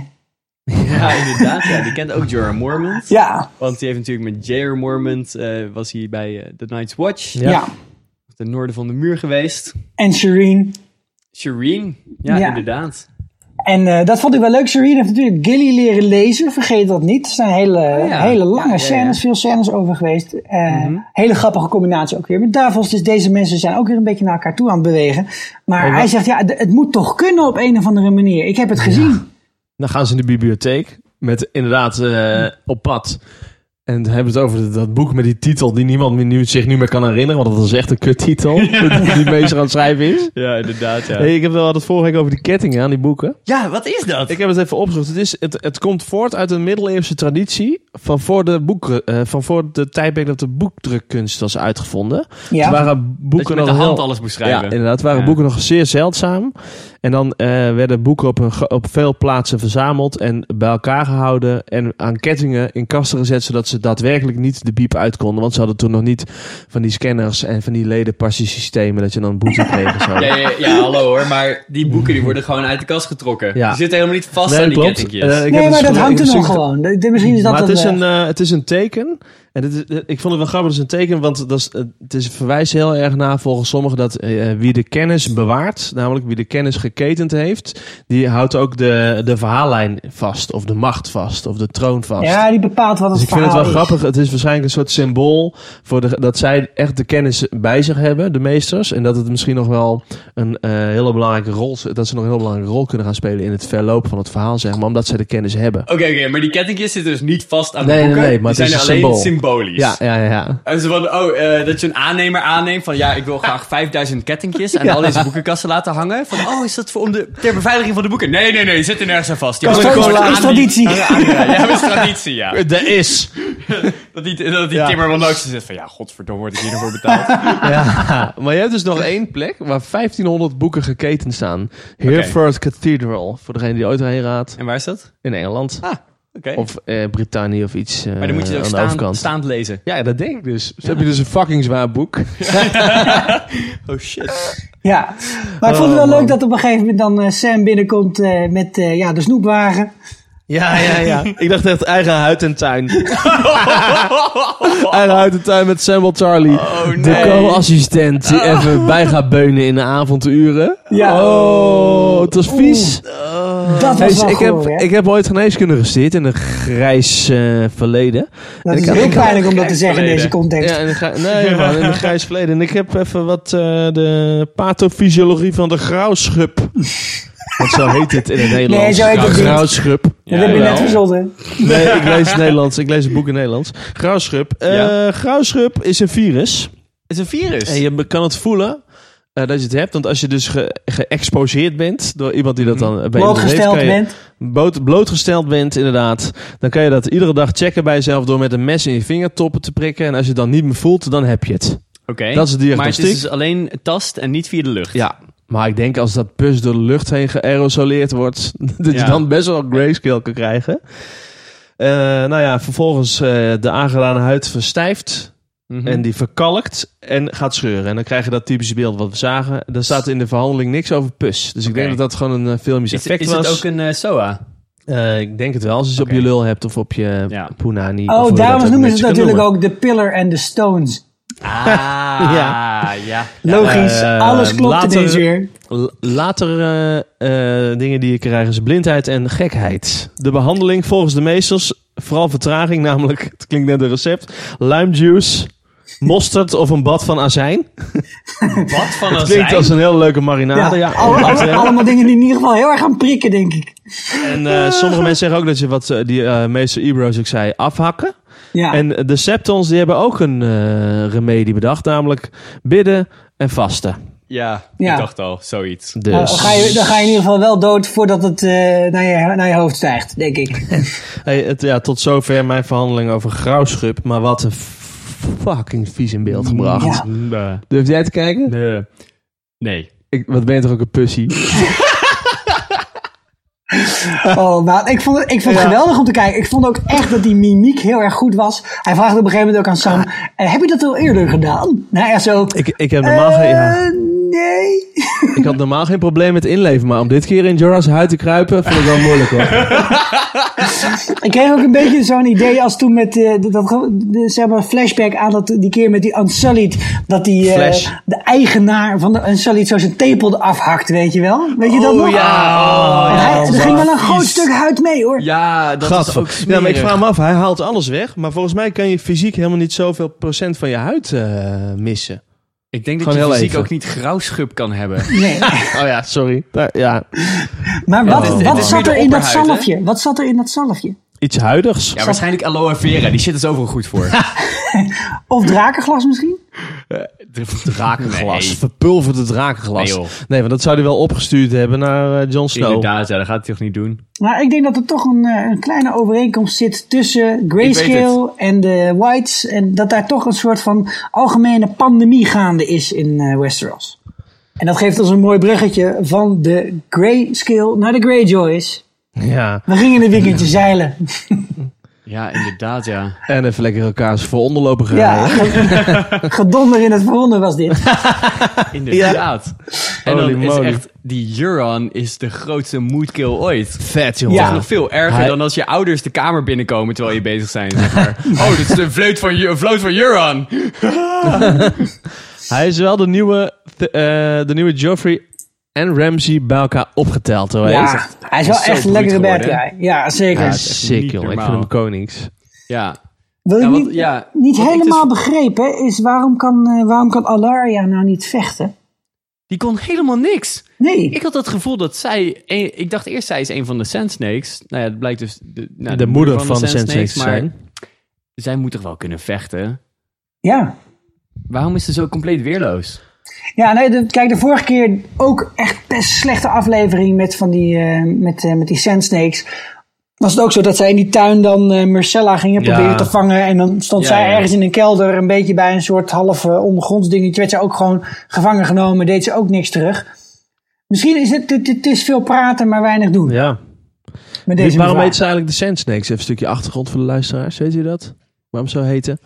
Speaker 4: Ja, inderdaad. Ja, die kent ook Jorah Mormont.
Speaker 1: Ja.
Speaker 4: Want die heeft natuurlijk met J.R. Mormont... eh, was hij bij eh, The Night's Watch.
Speaker 1: Ja. Ja.
Speaker 4: Ten noorden van de muur geweest.
Speaker 1: En Shireen.
Speaker 4: Shireen. Ja,
Speaker 1: Ja.
Speaker 4: inderdaad.
Speaker 1: En eh, dat vond ik wel leuk. Shireen heeft natuurlijk Gilly leren lezen. Vergeet dat niet. Er zijn hele,
Speaker 4: Oh ja.
Speaker 1: hele lange
Speaker 4: Ja, Mhm. ja,
Speaker 1: scènes,
Speaker 4: ja.
Speaker 1: veel scènes over geweest. Eh, Hele grappige combinatie ook weer met Davos. Dus deze mensen zijn ook weer een beetje naar elkaar toe aan het bewegen. Maar
Speaker 5: Oh,
Speaker 1: hij
Speaker 5: wat-
Speaker 1: zegt, ja, d- het moet toch kunnen op een of andere manier. Ik heb het gezien.
Speaker 5: Dan gaan ze in de bibliotheek met inderdaad eh, op pad. En dan hebben we het over dat- dat boek met die titel die niemand meer nu, zich nu meer kan herinneren. Want dat is echt een kuttitel die- die bezig aan het schrijven is.
Speaker 4: Ja, inderdaad, ja.
Speaker 5: Hey, ik heb wel het vorige week over die kettingen aan die boeken.
Speaker 4: Ja, wat is dat?
Speaker 5: Ik heb het even opgezocht. Het, is, het, het komt voort uit een middeleeuwse traditie van voor de, boek, eh, van voor de tijdperk dat de boekdrukkunst was uitgevonden.
Speaker 1: Ja.
Speaker 5: Toen waren
Speaker 4: Dat je
Speaker 5: boeken
Speaker 4: met de
Speaker 5: nog
Speaker 4: hand
Speaker 5: heel-
Speaker 4: alles moest schrijven.
Speaker 5: Ja, inderdaad. waren boeken nog zeer zeldzaam. En dan eh, werden boeken op, een, ge- op veel plaatsen verzameld en bij elkaar gehouden. En aan kettingen in kasten gezet, zodat ze daadwerkelijk niet de biep uit konden. Want ze hadden toen nog niet van die scanners en van die ledenpassiesystemen dat je dan boete kreeg. en zo.
Speaker 4: Ja, ja, ja, hallo hoor, maar die boeken die worden gewoon uit de kast getrokken.
Speaker 5: Ja.
Speaker 4: Die zitten helemaal niet vast
Speaker 5: Nee,
Speaker 4: aan die
Speaker 5: klopt.
Speaker 4: kettingjes.
Speaker 5: Eh, ik heb
Speaker 1: Nee,
Speaker 5: dus
Speaker 1: maar dat
Speaker 5: gele-
Speaker 1: hangt er
Speaker 5: ik-
Speaker 1: nog
Speaker 5: ik-
Speaker 1: gewoon. Dat- dat- Misschien is dat
Speaker 5: maar het
Speaker 1: het,
Speaker 5: is,
Speaker 1: eh,
Speaker 5: een, eh, het is een teken. En dit is, eh, ik vond het wel grappig, het is een teken, want dat is, eh, het is verwijst heel erg naar volgens sommigen dat eh, eh, wie de kennis bewaart, namelijk wie de kennis geketend heeft, die houdt ook de, de verhaallijn vast, of de macht vast, of de troon vast.
Speaker 1: Ja, die bepaalt wat het
Speaker 5: dus ik vind
Speaker 1: verhaal
Speaker 5: het wel
Speaker 1: is.
Speaker 5: grappig. Het is waarschijnlijk een soort symbool voor de, dat zij echt de kennis bij zich hebben, de meesters. En dat het misschien nog wel een eh, hele belangrijke rol, dat ze nog een heel belangrijke rol kunnen gaan spelen in het verloop van het verhaal, zeg maar, omdat zij de kennis hebben.
Speaker 4: Oké, oké, maar die kettingjes zitten dus niet vast aan
Speaker 5: Nee,
Speaker 4: de
Speaker 5: nee,
Speaker 4: boeken.
Speaker 5: nee, maar
Speaker 4: die
Speaker 5: het
Speaker 4: zijn
Speaker 5: is een
Speaker 4: alleen
Speaker 5: symbool.
Speaker 4: symbolisch.
Speaker 5: Ja, ja, ja, ja.
Speaker 4: En zo van, oh, eh, dat je een aannemer aanneemt van ja, ik wil graag 5000 kettingjes aan
Speaker 5: Ja.
Speaker 4: al deze boekenkasten laten hangen. Van oh, is dat voor om de, ter beveiliging van de boeken? Nee, nee, nee, zit er nergens aan vast. Die
Speaker 5: Kan
Speaker 4: hangen
Speaker 5: ik
Speaker 4: gewoon
Speaker 5: gewoon
Speaker 4: aan
Speaker 5: laten-
Speaker 4: die-
Speaker 5: is traditie.
Speaker 4: aan de aannemer. Ja, dat is traditie, ja.
Speaker 5: Er is.
Speaker 4: Dat die, dat die
Speaker 5: Ja.
Speaker 4: timmerman ook zo zit van ja, godverdomme, word ik hier nog voor betaald.
Speaker 5: Ja, maar je hebt dus nog één plek waar 1500 boeken geketend staan. Hereford Cathedral, voor degene die ooit erheen raadt.
Speaker 4: En waar is dat?
Speaker 5: In Engeland.
Speaker 4: Ah, oké.
Speaker 5: Of eh Britannia of iets eh,
Speaker 4: Maar dan moet je het
Speaker 5: aan
Speaker 4: ook
Speaker 5: de
Speaker 4: staan,
Speaker 5: overkant.
Speaker 4: staand lezen.
Speaker 5: Ja, dat denk ik dus. Dus heb je dus een fucking zwaar boek.
Speaker 4: Oh shit.
Speaker 1: Ja, maar ik vond het wel
Speaker 5: Oh, man.
Speaker 1: leuk dat op een gegeven moment dan eh, Sam binnenkomt eh, met eh, ja, de snoepwagen.
Speaker 4: Oh.
Speaker 5: Ja, ja, ja. ik dacht echt eigen huid en tuin. eigen huid en tuin met Samuel Charlie.
Speaker 1: Oh,
Speaker 5: De co-assistent die even bij gaat beunen in de avonduren.
Speaker 1: Ja.
Speaker 5: Oh, het was vies.
Speaker 1: Dat
Speaker 5: Hey,
Speaker 1: was wel
Speaker 5: ik,
Speaker 1: goor,
Speaker 5: heb,
Speaker 1: hè?
Speaker 5: ik heb ooit geneeskunde gestudeerd in een grijs eh, verleden. En
Speaker 1: Dat
Speaker 5: ik
Speaker 1: is
Speaker 5: had-
Speaker 1: heel
Speaker 5: ik had-
Speaker 1: pijnlijk om dat te zeggen in deze context.
Speaker 5: Ja, in een grij- nee, man, in een grijs verleden. En ik heb even wat eh, de pathofysiologie van de grauwschub. Want zo heet het in het Nederlands.
Speaker 1: zo heet het niet.
Speaker 5: grauwschub.
Speaker 1: dat heb je net verzonnen.
Speaker 5: Nee, ik lees het Nederlands. Ik lees het boek in het Nederlands. Grauwschub. Eh
Speaker 4: Ja.
Speaker 5: Grauwschub is een virus.
Speaker 4: Het is een virus.
Speaker 5: En je be- kan het voelen eh, dat je het hebt. Want als je dus ge- geëxposeerd bent door iemand die dat dan eh, bij je heeft,
Speaker 1: Blootgesteld
Speaker 5: kan je
Speaker 1: bent.
Speaker 5: boot- blootgesteld bent, inderdaad. Dan kan je dat iedere dag checken bij jezelf door met een mes in je vingertoppen te prikken. En als je het dan niet meer voelt, dan heb je het.
Speaker 4: Oké.
Speaker 5: Dat is de
Speaker 4: Maar het
Speaker 5: diagnostiek.
Speaker 4: is dus alleen tast en niet via de lucht.
Speaker 5: Ja, maar ik denk als dat pus door de lucht heen geaerosoleerd wordt, dat
Speaker 4: Ja.
Speaker 5: je dan best wel grayscale kan krijgen. Eh, nou ja, vervolgens eh, de aangedane huid verstijft
Speaker 4: Mhm.
Speaker 5: en die verkalkt en gaat scheuren. En dan krijg je dat typische beeld wat we zagen. Daar staat in de verhandeling niks over pus. Dus ik
Speaker 4: Oké.
Speaker 5: denk dat dat gewoon een eh, filmisch
Speaker 4: is,
Speaker 5: effect
Speaker 4: is
Speaker 5: was.
Speaker 4: het ook een eh, SOA?
Speaker 5: Eh, ik denk het wel, als je ze
Speaker 4: Oké.
Speaker 5: op je lul hebt of op je
Speaker 4: Ja.
Speaker 5: punani. of hoe
Speaker 1: Oh,
Speaker 5: je dat
Speaker 1: daarom
Speaker 5: ook
Speaker 1: noemen ze
Speaker 5: netjes
Speaker 1: het
Speaker 5: kan
Speaker 1: natuurlijk
Speaker 5: noemen.
Speaker 1: ook de Pillar and the Stones.
Speaker 4: Ah, ja.
Speaker 5: Ja.
Speaker 4: ja.
Speaker 1: Logisch,
Speaker 5: eh,
Speaker 1: alles klopt
Speaker 5: later-
Speaker 1: ineens weer.
Speaker 5: L- Later eh, eh, dingen die je krijgt is blindheid en gekheid. De behandeling volgens de meesters, vooral vertraging namelijk, het klinkt net een recept, limejuice, mosterd of een bad van azijn.
Speaker 4: Wat van een
Speaker 5: Klinkt als een heel leuke marinade.
Speaker 1: ja,
Speaker 5: Ja,
Speaker 1: alle- alle- allemaal dingen die in ieder geval heel erg gaan prikken, denk ik.
Speaker 5: En eh, sommige mensen zeggen ook dat je wat eh, die eh, meester Ebro's ik zei, afhakken.
Speaker 1: Ja,
Speaker 5: En de septons die hebben ook een eh, remedie bedacht, namelijk bidden en vasten.
Speaker 4: Ja,
Speaker 1: Ja.
Speaker 4: ik dacht al, zoiets.
Speaker 5: Dus...
Speaker 1: Nou, dan, ga je, dan ga je in ieder geval wel dood voordat het eh, naar, je, naar je hoofd stijgt, denk ik.
Speaker 5: Hey, het, ja, tot zover mijn verhandeling over grauwschub. Maar wat een f- fucking vies in beeld gebracht.
Speaker 1: Ja.
Speaker 4: Nee.
Speaker 5: Durf jij te kijken?
Speaker 4: Nee.
Speaker 5: Ik, wat ben je toch ook een pussy?
Speaker 1: Oh, maar ik vond het, ik vond het geweldig om te kijken. Ik vond ook echt dat die mimiek heel erg goed was. Hij vraagt op een gegeven moment ook aan Sam: eh, Heb je dat al eerder gedaan? Nou ja, zo.
Speaker 5: ik, ik, heb normaal geen, ja.
Speaker 1: "Eh, Nee.
Speaker 5: ik had normaal geen probleem met inleven. Maar om dit keer in Jorah's huid te kruipen, vond ik wel moeilijk hoor.
Speaker 1: Ik kreeg ook een beetje zo'n idee als toen met eh, dat, dat- de, zeg maar flashback aan dat, die keer met die Unsullied. Dat die eh,
Speaker 5: Flash.
Speaker 1: de eigenaar van de Unsullied zo zijn tepel eraf hakt, weet je wel? Weet je dat
Speaker 5: Oh,
Speaker 1: nog?
Speaker 4: ja.
Speaker 1: En hij,
Speaker 4: dat
Speaker 1: er
Speaker 4: was
Speaker 1: ging wel een
Speaker 4: vies.
Speaker 1: groot stuk huid mee hoor.
Speaker 4: Ja, dat is ook
Speaker 5: Gadver. Ja, maar ik
Speaker 4: smerig.
Speaker 5: vraag me af, hij haalt alles weg. Maar volgens mij kan je fysiek helemaal niet zoveel procent van je huid eh, missen.
Speaker 4: Ik denk dat
Speaker 5: Gewoon
Speaker 4: je
Speaker 5: heel
Speaker 4: fysiek
Speaker 5: even.
Speaker 4: ook niet grauwschub kan hebben.
Speaker 1: Nee.
Speaker 5: Oh ja, sorry. Daar- ja,
Speaker 1: Maar wat,
Speaker 5: dit is- dit
Speaker 1: wat
Speaker 5: is
Speaker 1: zat
Speaker 4: weer
Speaker 1: er
Speaker 4: de
Speaker 1: in dat
Speaker 4: opperhuid, hè?
Speaker 1: zalfje? Wat zat er in dat zalfje?
Speaker 5: iets huidigs.
Speaker 4: Ja, waarschijnlijk aloe vera. Die shit is overal goed voor.
Speaker 1: Of drakenglas misschien?
Speaker 5: Drakenglas.
Speaker 4: Nee.
Speaker 5: Verpulverde drakenglas.
Speaker 4: Nee,
Speaker 5: Nee,
Speaker 4: joh.
Speaker 5: want dat zou hij wel opgestuurd hebben naar eh, Jon Snow.
Speaker 4: Inderdaad, ja, dat gaat hij toch niet doen.
Speaker 1: Maar ik denk dat er toch een, eh, een kleine overeenkomst zit tussen grayscale en de whites. En dat daar toch een soort van algemene pandemie gaande is in eh, Westeros. En dat geeft ons een mooi bruggetje van de grayscale naar de greyjoys.
Speaker 5: Ja.
Speaker 1: We gingen een weekendje zeilen.
Speaker 4: Ja, inderdaad, ja.
Speaker 5: En even lekker elkaars voor onderlopen gaan.
Speaker 1: Ja,
Speaker 5: hè?
Speaker 1: ge- gedonder in het veronder was dit.
Speaker 4: Inderdaad. En dan
Speaker 5: Holy
Speaker 4: is
Speaker 5: moly.
Speaker 4: echt... Die Euron is de grootste moodkill ooit.
Speaker 5: Vet, jongen.
Speaker 1: Ja.
Speaker 4: Dat is nog veel erger
Speaker 5: Hij-
Speaker 4: dan als je ouders de kamer binnenkomen terwijl je bezig zijn. Zeg maar. oh, dit is een vleut van, Ju- een vleut van Euron.
Speaker 5: Hij is wel de nieuwe, th- eh, de nieuwe Joffrey en Ramsey bij elkaar opgeteld. Hoor. Hij is
Speaker 1: Ja,
Speaker 5: echt-
Speaker 1: hij is wel
Speaker 4: Hij is zo
Speaker 1: echt een lekkere
Speaker 4: bruut
Speaker 1: bad
Speaker 4: geworden,
Speaker 1: guy. Ja, zeker.
Speaker 5: hij
Speaker 4: echt
Speaker 5: is sick,
Speaker 4: niet
Speaker 5: jongen. Ik vind
Speaker 4: normaal.
Speaker 5: hem konings.
Speaker 4: Ja.
Speaker 1: Wat
Speaker 4: Ja,
Speaker 1: ik
Speaker 4: wat-
Speaker 1: niet,
Speaker 4: ja,
Speaker 1: niet
Speaker 4: wat ik dus-
Speaker 1: helemaal begreep hè, is waarom kan, eh, waarom kan Alaria nou niet vechten?
Speaker 4: Die kon helemaal niks.
Speaker 1: Nee.
Speaker 4: Ik had het gevoel dat zij... een- ik dacht eerst zij is een van de Sand Snakes. Nou ja, het blijkt dus de, nou,
Speaker 5: de, moeder van de Sand Snakes te
Speaker 4: maar
Speaker 5: zijn.
Speaker 4: zij moet toch wel kunnen vechten?
Speaker 1: ja.
Speaker 4: Waarom is ze zo compleet weerloos?
Speaker 1: Ja, nee, de- kijk, de vorige keer ook echt best slechte aflevering met, van die, eh, met, eh, met die Sand Snakes. Was het ook zo dat zij in die tuin dan eh, Marcella gingen
Speaker 5: Ja.
Speaker 1: proberen te vangen. En dan stond
Speaker 4: Ja,
Speaker 1: zij
Speaker 4: ja.
Speaker 1: ergens in een kelder, een beetje bij een soort half eh, ondergronds dingetje. Werd ze ook gewoon gevangen genomen, deed ze ook niks terug. Misschien is het, het, het is veel praten, maar weinig doen.
Speaker 5: Ja.
Speaker 1: met deze
Speaker 5: Waarom heet
Speaker 1: vraag.
Speaker 5: ze eigenlijk de Sand Snakes? Even een stukje achtergrond voor de luisteraars. Weet je dat? Waarom zo heten?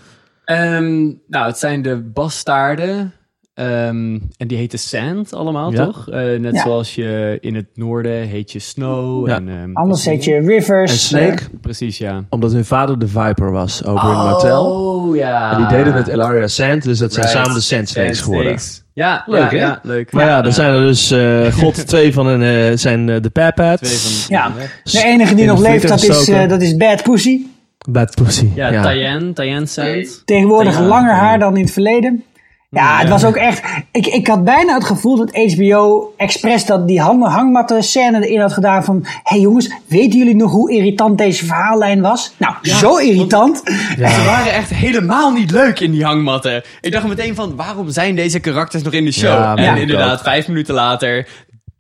Speaker 4: Ehm, nou, het zijn de bastaarden. ehm, en die heten sand allemaal,
Speaker 5: Ja.
Speaker 4: toch? Eh, net
Speaker 1: Ja.
Speaker 4: zoals je in het noorden heet je snow.
Speaker 5: Ja.
Speaker 4: En, ehm,
Speaker 1: Anders heet je Rivers. eh,
Speaker 5: En Snake?
Speaker 4: Precies, ja.
Speaker 5: Omdat hun vader de Viper was, Oberyn Martell.
Speaker 4: Oh, ja.
Speaker 5: En die deden het Elaria Sand, dus dat zijn
Speaker 4: Right.
Speaker 5: samen de Sand Snakes geworden.
Speaker 4: Ja,
Speaker 5: Leuk,
Speaker 4: leuk, ja,
Speaker 5: hè?
Speaker 4: ja, leuk.
Speaker 5: Maar ja, dan zijn er dus, eh, god, twee van hen eh, zijn eh, de
Speaker 4: Twee
Speaker 5: Papats.
Speaker 4: van...
Speaker 1: Ja, de enige die
Speaker 5: In
Speaker 1: nog
Speaker 5: de
Speaker 1: leeft,
Speaker 5: vliegtuig
Speaker 1: dat is,
Speaker 5: gestoken.
Speaker 1: eh, dat is Bad Pussy.
Speaker 5: Bad Pussy.
Speaker 4: Ja, Tyen, Tyen Sand.
Speaker 1: Tegenwoordig
Speaker 4: Tegen-
Speaker 1: langer haar dan in het verleden. Ja, het was ook echt... Ik, ik had bijna het gevoel dat HBO expres dat die hang, hangmatten scène erin had gedaan van... Hé hey jongens, weten jullie nog hoe irritant deze verhaallijn was? Nou, zo irritant.
Speaker 4: Ze waren echt helemaal niet leuk in die hangmatten. Ik dacht meteen van, waarom zijn deze karakters nog in de show?
Speaker 5: Ja,
Speaker 4: en
Speaker 5: ja.
Speaker 4: inderdaad, vijf minuten later...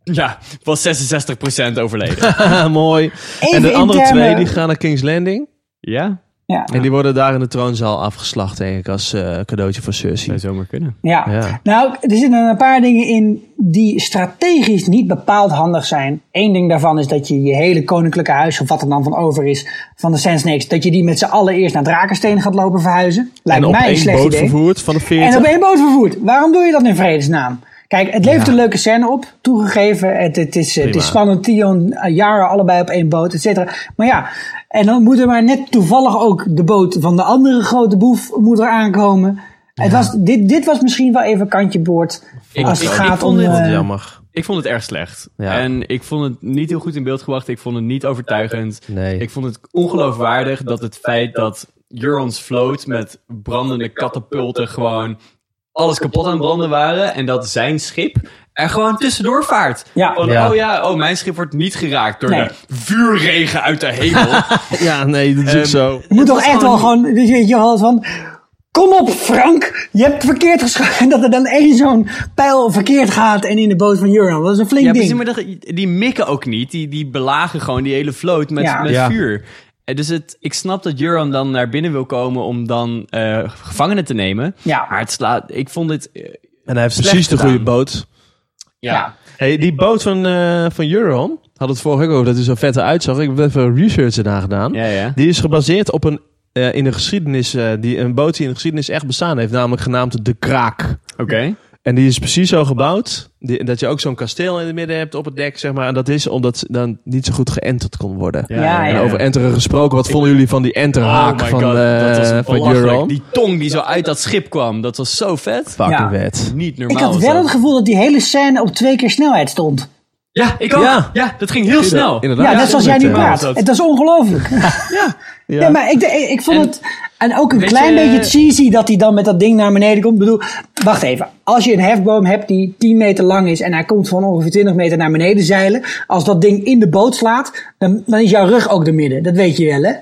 Speaker 4: Ja, was 66% overleden.
Speaker 5: Ah, Mooi. en de
Speaker 1: Even
Speaker 5: andere
Speaker 1: interne-
Speaker 5: twee die gaan naar King's Landing.
Speaker 4: ja,
Speaker 1: Ja.
Speaker 5: En die worden daar in de troonzaal afgeslacht, denk ik, als eh, cadeautje voor Cersei.
Speaker 4: zomaar kunnen.
Speaker 1: Ja.
Speaker 5: Ja.
Speaker 1: nou, er zitten een paar dingen in die strategisch niet bepaald handig zijn. Eén ding daarvan is dat je je hele koninklijke huis, of wat er dan van over is, van de Sand Snakes, dat je die met z'n allen eerst naar Drakensteen gaat lopen verhuizen. Lijkt
Speaker 5: En op
Speaker 1: mij een
Speaker 5: één
Speaker 1: slecht
Speaker 5: boot
Speaker 1: idee.
Speaker 5: vervoerd van de
Speaker 1: En
Speaker 5: 40.
Speaker 1: op één boot vervoerd. Waarom doe je dat in vredesnaam? Kijk, het levert een leuke scène op, toegegeven. Het, het, is, het is
Speaker 5: Prima.
Speaker 1: spannend, Tion, eh, Yara allebei op één boot, et cetera. Maar ja, en dan moet er maar net toevallig ook de boot van de andere grote boef moet er aankomen. Het was, dit, dit was misschien wel even kantje boord.
Speaker 4: Ik-
Speaker 1: als
Speaker 4: ik-
Speaker 1: het
Speaker 4: ik
Speaker 1: gaat
Speaker 4: vond
Speaker 1: om...
Speaker 4: dit-
Speaker 1: eh,
Speaker 5: Jammer.
Speaker 4: Ik vond het erg slecht.
Speaker 5: Ja.
Speaker 4: En ik vond het niet heel goed in beeld gebracht. Ik vond het niet overtuigend.
Speaker 5: Nee.
Speaker 4: Ik vond het ongeloofwaardig dat het feit dat Euron's float met brandende katapulten gewoon alles kapot aan het branden waren. En dat zijn schip er gewoon tussendoor vaart.
Speaker 1: Ja.
Speaker 4: Van,
Speaker 5: Ja.
Speaker 4: Oh ja, oh, mijn schip wordt niet geraakt door
Speaker 1: Nee.
Speaker 4: de vuurregen uit de hemel.
Speaker 5: Ja, nee, dat is ook
Speaker 4: Ehm,
Speaker 5: zo.
Speaker 1: Je moet toch
Speaker 4: was
Speaker 1: echt wel
Speaker 4: gewoon
Speaker 1: gewoon, weet je, weet je wel, van, kom op Frank, je hebt verkeerd geschoten. En dat er dan één zo'n pijl verkeerd gaat en in de boot van Euron. Dat is een flink
Speaker 4: ja, precies,
Speaker 1: ding.
Speaker 4: maar dat, die mikken ook niet. Die, die belagen gewoon die hele vloot met,
Speaker 1: Ja.
Speaker 4: met
Speaker 5: Ja.
Speaker 4: vuur. En dus het, ik snap dat Euron dan naar binnen wil komen om dan eh, gevangenen te nemen.
Speaker 1: Ja.
Speaker 4: Maar het slaat, ik vond dit... eh,
Speaker 5: En hij heeft
Speaker 4: Slecht
Speaker 5: precies de
Speaker 4: gedaan.
Speaker 5: goede boot.
Speaker 4: ja.
Speaker 5: Hey, die boot van, eh van Euron, had het vorige week over dat hij zo vette uitzag. Ik heb even research erna gedaan.
Speaker 4: Ja, ja.
Speaker 5: Die is gebaseerd op een, eh, in de geschiedenis, eh, die, een boot die in de geschiedenis echt bestaan heeft. Namelijk genaamd de Kraak.
Speaker 4: Oké.
Speaker 5: En die is precies zo gebouwd. Die, dat je ook zo'n kasteel in het midden hebt op het dek, zeg maar. En dat is omdat ze dan niet zo goed geënterd kon worden.
Speaker 1: Ja,
Speaker 5: En
Speaker 1: ja.
Speaker 5: over enteren gesproken, wat vonden jullie van die enterhaak
Speaker 4: Oh my
Speaker 5: van,
Speaker 4: god,
Speaker 5: eh,
Speaker 4: dat was
Speaker 5: van
Speaker 4: belachelijk.
Speaker 5: Euron?
Speaker 4: Die tong die zo uit dat schip kwam, dat was zo vet.
Speaker 5: Fucking
Speaker 1: Ja.
Speaker 5: vet.
Speaker 4: Niet normaal.
Speaker 1: Ik had
Speaker 4: was
Speaker 1: wel
Speaker 4: dat.
Speaker 1: het gevoel dat die hele scène op twee keer snelheid stond.
Speaker 4: Ja, ik ook. Ja,
Speaker 5: Ja.
Speaker 4: dat ging heel snel.
Speaker 5: Inderdaad.
Speaker 1: Ja, net zoals jij nu
Speaker 5: inderdaad.
Speaker 1: praat.
Speaker 4: dat-
Speaker 1: Het was ongelooflijk. Ja, maar ik, ik, ik vond
Speaker 4: En-
Speaker 1: het... En ook een
Speaker 4: Weet
Speaker 1: klein
Speaker 4: je-
Speaker 1: beetje cheesy dat hij dan met dat ding naar beneden komt. Ik bedoel, wacht even. Als je een hefboom hebt die 10 meter lang is... en hij komt van ongeveer 20 meter naar beneden zeilen... als dat ding in de boot slaat, dan, dan is jouw rug ook de midden. Dat weet je wel, hè?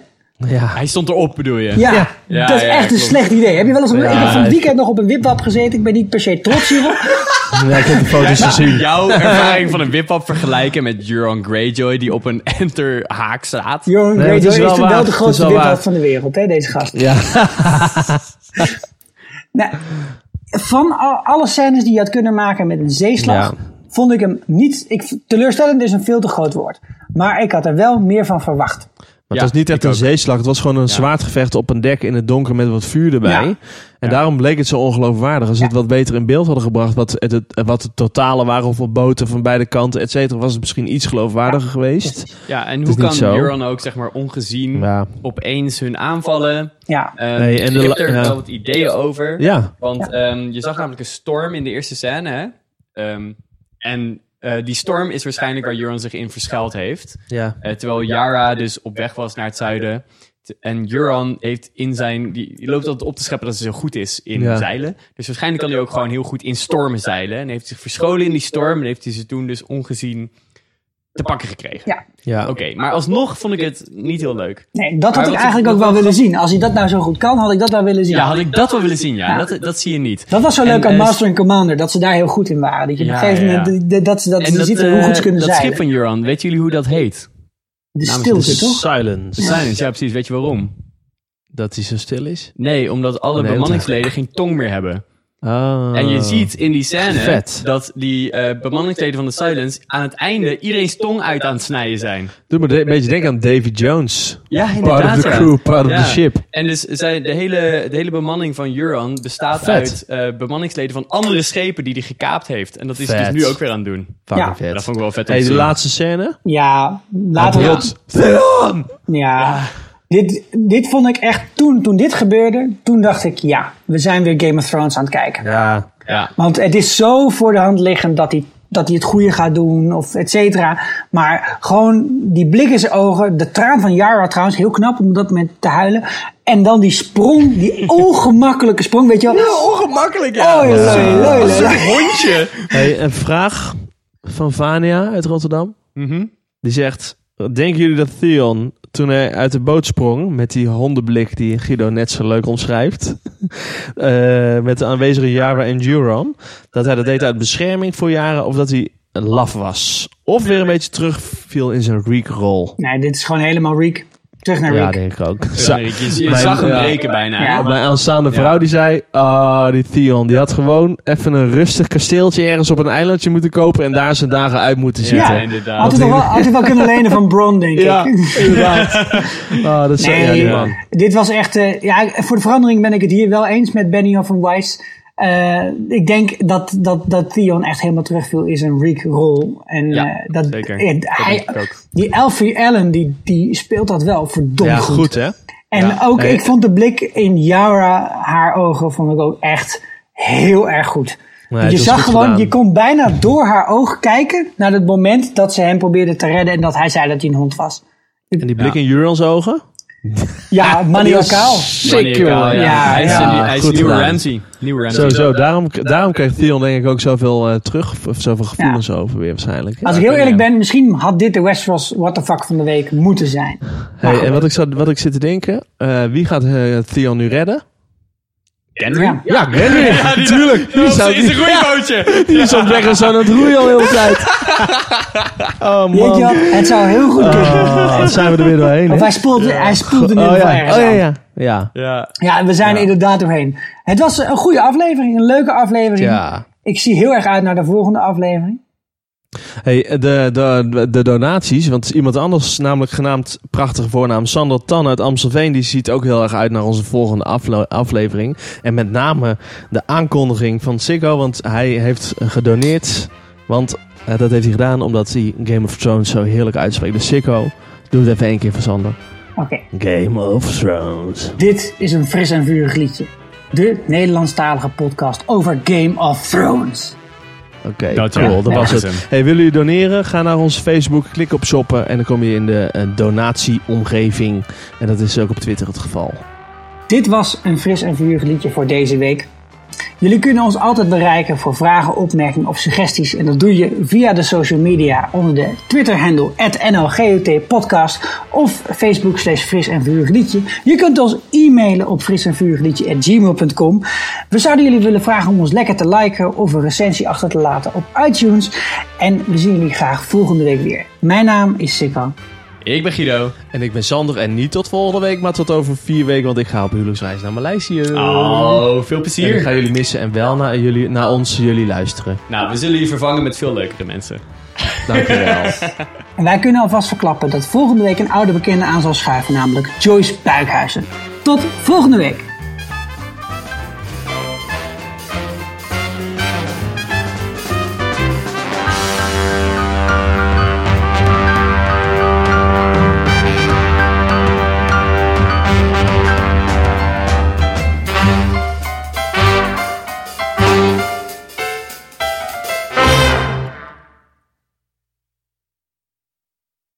Speaker 4: Hij stond erop, bedoel je?
Speaker 1: Ja,
Speaker 4: Ja,
Speaker 1: dat is
Speaker 4: ja,
Speaker 1: echt een
Speaker 4: klopt.
Speaker 1: slecht idee. Heb je wel eens... Op, ik heb van
Speaker 5: Ja.
Speaker 1: het weekend nog op een wipwap gezeten. Ik ben niet per se trots hierop.
Speaker 5: Ja, ik heb de foto's gezien.
Speaker 4: Jouw ervaring van een wip-up vergelijken met Euron Greyjoy die op een enterhaak staat.
Speaker 1: Johan
Speaker 5: maar het
Speaker 1: Greyjoy
Speaker 5: is wel
Speaker 1: is toen
Speaker 5: waar.
Speaker 1: wel
Speaker 5: Het
Speaker 1: de
Speaker 5: is
Speaker 1: grootste
Speaker 5: wel waar.
Speaker 1: wipwap van de wereld, hè, deze gast.
Speaker 5: Ja.
Speaker 1: Nou, van al- alle scènes die je had kunnen maken met een zeeslag,
Speaker 5: Ja.
Speaker 1: vond ik hem niet. Ik, teleurstellend is een veel te groot woord. Maar ik had er wel meer van verwacht.
Speaker 5: Maar
Speaker 4: Ja,
Speaker 5: het was niet echt
Speaker 4: ik
Speaker 5: een
Speaker 4: ook.
Speaker 5: zeeslag. Het was gewoon een zwaardgevecht op een dek in het donker met wat vuur erbij.
Speaker 1: Ja.
Speaker 5: En daarom bleek het zo ongeloofwaardig. Als ze het wat beter in beeld hadden gebracht, wat het, het- wat de totalen waren, hoeveel boten van beide kanten, et cetera, was het misschien iets geloofwaardiger geweest.
Speaker 4: Ja, en
Speaker 5: is
Speaker 4: hoe kan
Speaker 5: niet zo.
Speaker 4: Euron ook zeg maar ongezien
Speaker 5: Ja.
Speaker 4: opeens hun aanvallen?
Speaker 1: Ja.
Speaker 4: Ehm,
Speaker 5: Nee, en de
Speaker 4: ik heb
Speaker 5: la-
Speaker 4: er
Speaker 5: ja.
Speaker 4: wel wat ideeën over.
Speaker 5: Ja.
Speaker 4: Want ehm, je zag namelijk een storm in de eerste scène. Hè? Ehm, en eh, die storm is waarschijnlijk waar Euron zich in verschuild heeft.
Speaker 5: Ja.
Speaker 4: Eh, terwijl Yara dus op weg was naar het zuiden. T- En Euron heeft in zijn. Die, die loopt altijd op te scheppen dat ze zo goed is in
Speaker 5: Ja.
Speaker 4: zeilen. Dus waarschijnlijk kan hij ook gewoon heel goed in stormen zeilen. En heeft zich verscholen in die storm. En heeft hij ze toen dus ongezien te pakken gekregen.
Speaker 1: Ja.
Speaker 5: Ja.
Speaker 4: Oké, maar alsnog vond ik het niet heel leuk.
Speaker 1: Nee, dat
Speaker 4: Maar
Speaker 1: had ik
Speaker 4: wat-
Speaker 1: eigenlijk ook
Speaker 4: wat-
Speaker 1: wel willen zien. Als hij dat nou zo goed kan, had ik dat wel willen zien.
Speaker 4: Ja, had ik dat wel willen zien, ja.
Speaker 1: Ja.
Speaker 4: Dat, dat zie je niet.
Speaker 1: dat was zo
Speaker 4: En,
Speaker 1: leuk aan
Speaker 4: eh,
Speaker 1: Master and Commander, dat ze daar heel goed in waren. Dat je op een
Speaker 4: Ja,
Speaker 1: gegeven
Speaker 4: ja, ja.
Speaker 1: moment de- de- dat ze dat,
Speaker 4: en
Speaker 1: ze ziet hoe
Speaker 4: eh,
Speaker 1: goed ze kunnen
Speaker 4: dat
Speaker 1: zijn.
Speaker 4: schip Nou, van Euron, weten jullie hoe dat heet?
Speaker 1: De
Speaker 4: namens
Speaker 1: stilte, toch?
Speaker 5: Silence.
Speaker 4: Silence, ja precies. Weet je waarom?
Speaker 5: Dat hij zo stil is.
Speaker 4: Nee, omdat alle
Speaker 5: Nee,
Speaker 4: bemanningsleden geen tong meer hebben.
Speaker 5: Ah.
Speaker 4: En je ziet in die scène
Speaker 5: Vet.
Speaker 4: dat die eh bemanningsleden van de Silence aan het einde iedereen's tong uit aan het snijden zijn.
Speaker 5: Doe me de- een beetje denken aan Davy Jones.
Speaker 4: Ja, inderdaad.
Speaker 5: part of the
Speaker 4: ja.
Speaker 5: crew, part of
Speaker 4: Ja.
Speaker 5: the ship.
Speaker 4: En dus zij, de, hele, de hele bemanning van Euron bestaat
Speaker 5: Vet.
Speaker 4: uit eh, bemanningsleden van andere schepen die hij gekaapt heeft. En dat is hij
Speaker 5: Vet.
Speaker 4: dus nu ook weer aan het doen.
Speaker 5: Fucking vet.
Speaker 4: Dat vond ik wel vet om
Speaker 5: Hey,
Speaker 4: te
Speaker 5: de
Speaker 4: zien.
Speaker 5: laatste scène.
Speaker 1: Ja, later.
Speaker 5: Rot. Theon!
Speaker 1: Ja. Dit, dit vond ik echt, toen, toen dit gebeurde, toen dacht ik, ja, we zijn weer Game of Thrones aan het kijken.
Speaker 5: Ja.
Speaker 4: Ja.
Speaker 1: Want het is zo voor de hand liggend dat hij, dat hij het goede gaat doen, of et cetera. Maar gewoon die blik in zijn ogen, de traan van Yara trouwens, heel knap om op dat moment te huilen. En dan die sprong, die ongemakkelijke sprong, weet je wel.
Speaker 4: ongemakkelijk,
Speaker 1: ja. Oh, leu, leu, leu.
Speaker 4: hondje.
Speaker 5: Hey, een vraag van Vania uit Rotterdam. Die zegt: Denken jullie dat Theon, toen hij uit de boot sprong, met die hondenblik die Guido net zo leuk omschrijft, eh, met de aanwezige Jara en Juram, dat hij dat deed uit bescherming voor Jara of dat hij een laf was? Of weer een beetje terugviel in zijn Reek-rol?
Speaker 1: Nee, dit is gewoon helemaal Reek. Terug naar
Speaker 5: Ja,
Speaker 1: Reek.
Speaker 5: denk ik ook.
Speaker 4: Ja, Je, je
Speaker 5: Mijn-
Speaker 4: zag hem
Speaker 5: ja.
Speaker 4: breken bijna.
Speaker 1: Ja.
Speaker 5: Mijn aanstaande vrouw die zei: Ah, die Theon, die had gewoon even een rustig kasteeltje ergens op een eilandje moeten kopen en daar zijn dagen uit moeten zitten.
Speaker 4: Ja, inderdaad.
Speaker 1: Had hij toch wel, had hij wel kunnen lenen van Bron, denk
Speaker 5: Ja,
Speaker 1: ik.
Speaker 5: inderdaad. Ah, dat is
Speaker 1: Nee,
Speaker 5: ja, die man.
Speaker 1: dit was echt... eh, ja, voor de verandering ben ik het hier wel eens met Benioff en Weiss. Eh, ik denk dat, dat, dat Theon echt helemaal terugviel in zijn Reek-rol. En
Speaker 4: Ja,
Speaker 1: eh, dat,
Speaker 4: zeker.
Speaker 1: eh,
Speaker 4: Dat
Speaker 1: hij,
Speaker 4: denk ik ook.
Speaker 1: die Alfie Allen, die, die speelt dat wel verdomd
Speaker 5: Ja,
Speaker 1: goed.
Speaker 5: goed hè?
Speaker 1: En ook,
Speaker 5: Nee.
Speaker 1: ik vond de blik in Yara, haar ogen, vond ik ook echt heel erg goed.
Speaker 5: Nee,
Speaker 1: Want je
Speaker 5: het was
Speaker 1: zag
Speaker 5: goed
Speaker 1: gewoon,
Speaker 5: gedaan.
Speaker 1: je kon bijna door haar ogen kijken naar het moment dat ze hem probeerde te redden en dat hij zei dat hij een hond was.
Speaker 5: En die blik in Jurans ogen?
Speaker 1: Ja, maniacaal.
Speaker 5: Zeker.
Speaker 4: Maniacaal, eh, ja.
Speaker 1: Ja,
Speaker 4: Hij is,
Speaker 1: ja.
Speaker 4: een nieuw- hij is
Speaker 5: Goed
Speaker 4: een nieuwe
Speaker 5: gedaan.
Speaker 4: Ramsey. Nieuwe Ramsey.
Speaker 5: Zo, zo. Daarom, daarom kreeg Theon denk ik ook zoveel eh, terug, of zoveel gevoelens over weer waarschijnlijk.
Speaker 1: Als ik heel eerlijk ben, misschien had dit de Westeros What the Fuck van de Week moeten zijn.
Speaker 5: Hey, en wat ik, zat, wat ik zit te denken, eh, wie gaat eh, Theon nu redden?
Speaker 4: Gendry?
Speaker 1: Ja.
Speaker 5: Ja, Gary, natuurlijk. Die zou-
Speaker 4: is een roeibootje.
Speaker 5: Die is op weg en zo aan het roeien al de hele tijd. Oh
Speaker 1: Weet je wat?
Speaker 5: man.
Speaker 1: Het zou heel goed kunnen.
Speaker 5: Oh, dan zijn we er weer doorheen. hè?
Speaker 1: Of hij spoelt, hij spoelt in
Speaker 5: Oh
Speaker 1: ieder geval
Speaker 5: ja,
Speaker 1: ergens
Speaker 5: oh ja,
Speaker 1: aan.
Speaker 5: ja. Ja.
Speaker 4: Ja.
Speaker 1: Ja, en we zijn er inderdaad doorheen. Het was een goede aflevering, een leuke aflevering.
Speaker 5: ja.
Speaker 1: Ik zie heel erg uit naar de volgende aflevering.
Speaker 5: Hey, de, de, de donaties, want iemand anders, namelijk genaamd prachtige voornaam Sander Tan uit Amstelveen, die ziet ook heel erg uit naar onze volgende afle- aflevering. En met name de aankondiging van Siggo, want hij heeft gedoneerd. Want eh, dat heeft hij gedaan omdat hij Game of Thrones zo heerlijk uitspreekt. Dus Siggo, doe het even één keer voor Sander.
Speaker 1: Oké,
Speaker 5: Game of Thrones.
Speaker 1: dit is een fris en vurig liedje. De Nederlandstalige podcast over Game of Thrones.
Speaker 5: Oké,
Speaker 4: Dat ja.
Speaker 5: cool, dat
Speaker 4: Ja.
Speaker 5: was
Speaker 4: Dat is
Speaker 5: het. Hey, willen jullie doneren? Ga naar ons Facebook, klik op shoppen en dan kom je in de eh, donatieomgeving. En dat is ook op Twitter het geval.
Speaker 1: Dit was een fris en vurig liedje voor deze week. Jullie kunnen ons altijd bereiken voor vragen, opmerkingen of suggesties. En dat doe je via de social media onder de Twitter-handle NLGOTpodcast of Facebook slash fris en vurig liedje. Je kunt ons e-mailen op fris en vurig liedje at gmail.com. We zouden jullie willen vragen om ons lekker te liken of een recensie achter te laten op iTunes. En we zien jullie graag volgende week weer. Mijn naam is Sikkan.
Speaker 4: Ik ben Guido.
Speaker 5: En ik ben Sander en niet tot volgende week, maar tot over vier weken, want ik ga op huwelijksreis naar Maleisië.
Speaker 4: Oh, veel
Speaker 5: En ik
Speaker 4: plezier.
Speaker 5: ga jullie missen en wel naar, jullie, naar ons jullie luisteren.
Speaker 4: Nou, we zullen je vervangen met veel leukere mensen.
Speaker 5: Dankjewel.
Speaker 1: En wij kunnen alvast verklappen dat volgende week een oude bekende aan zal schuiven, namelijk Joyce Buikhuizen. Tot volgende week!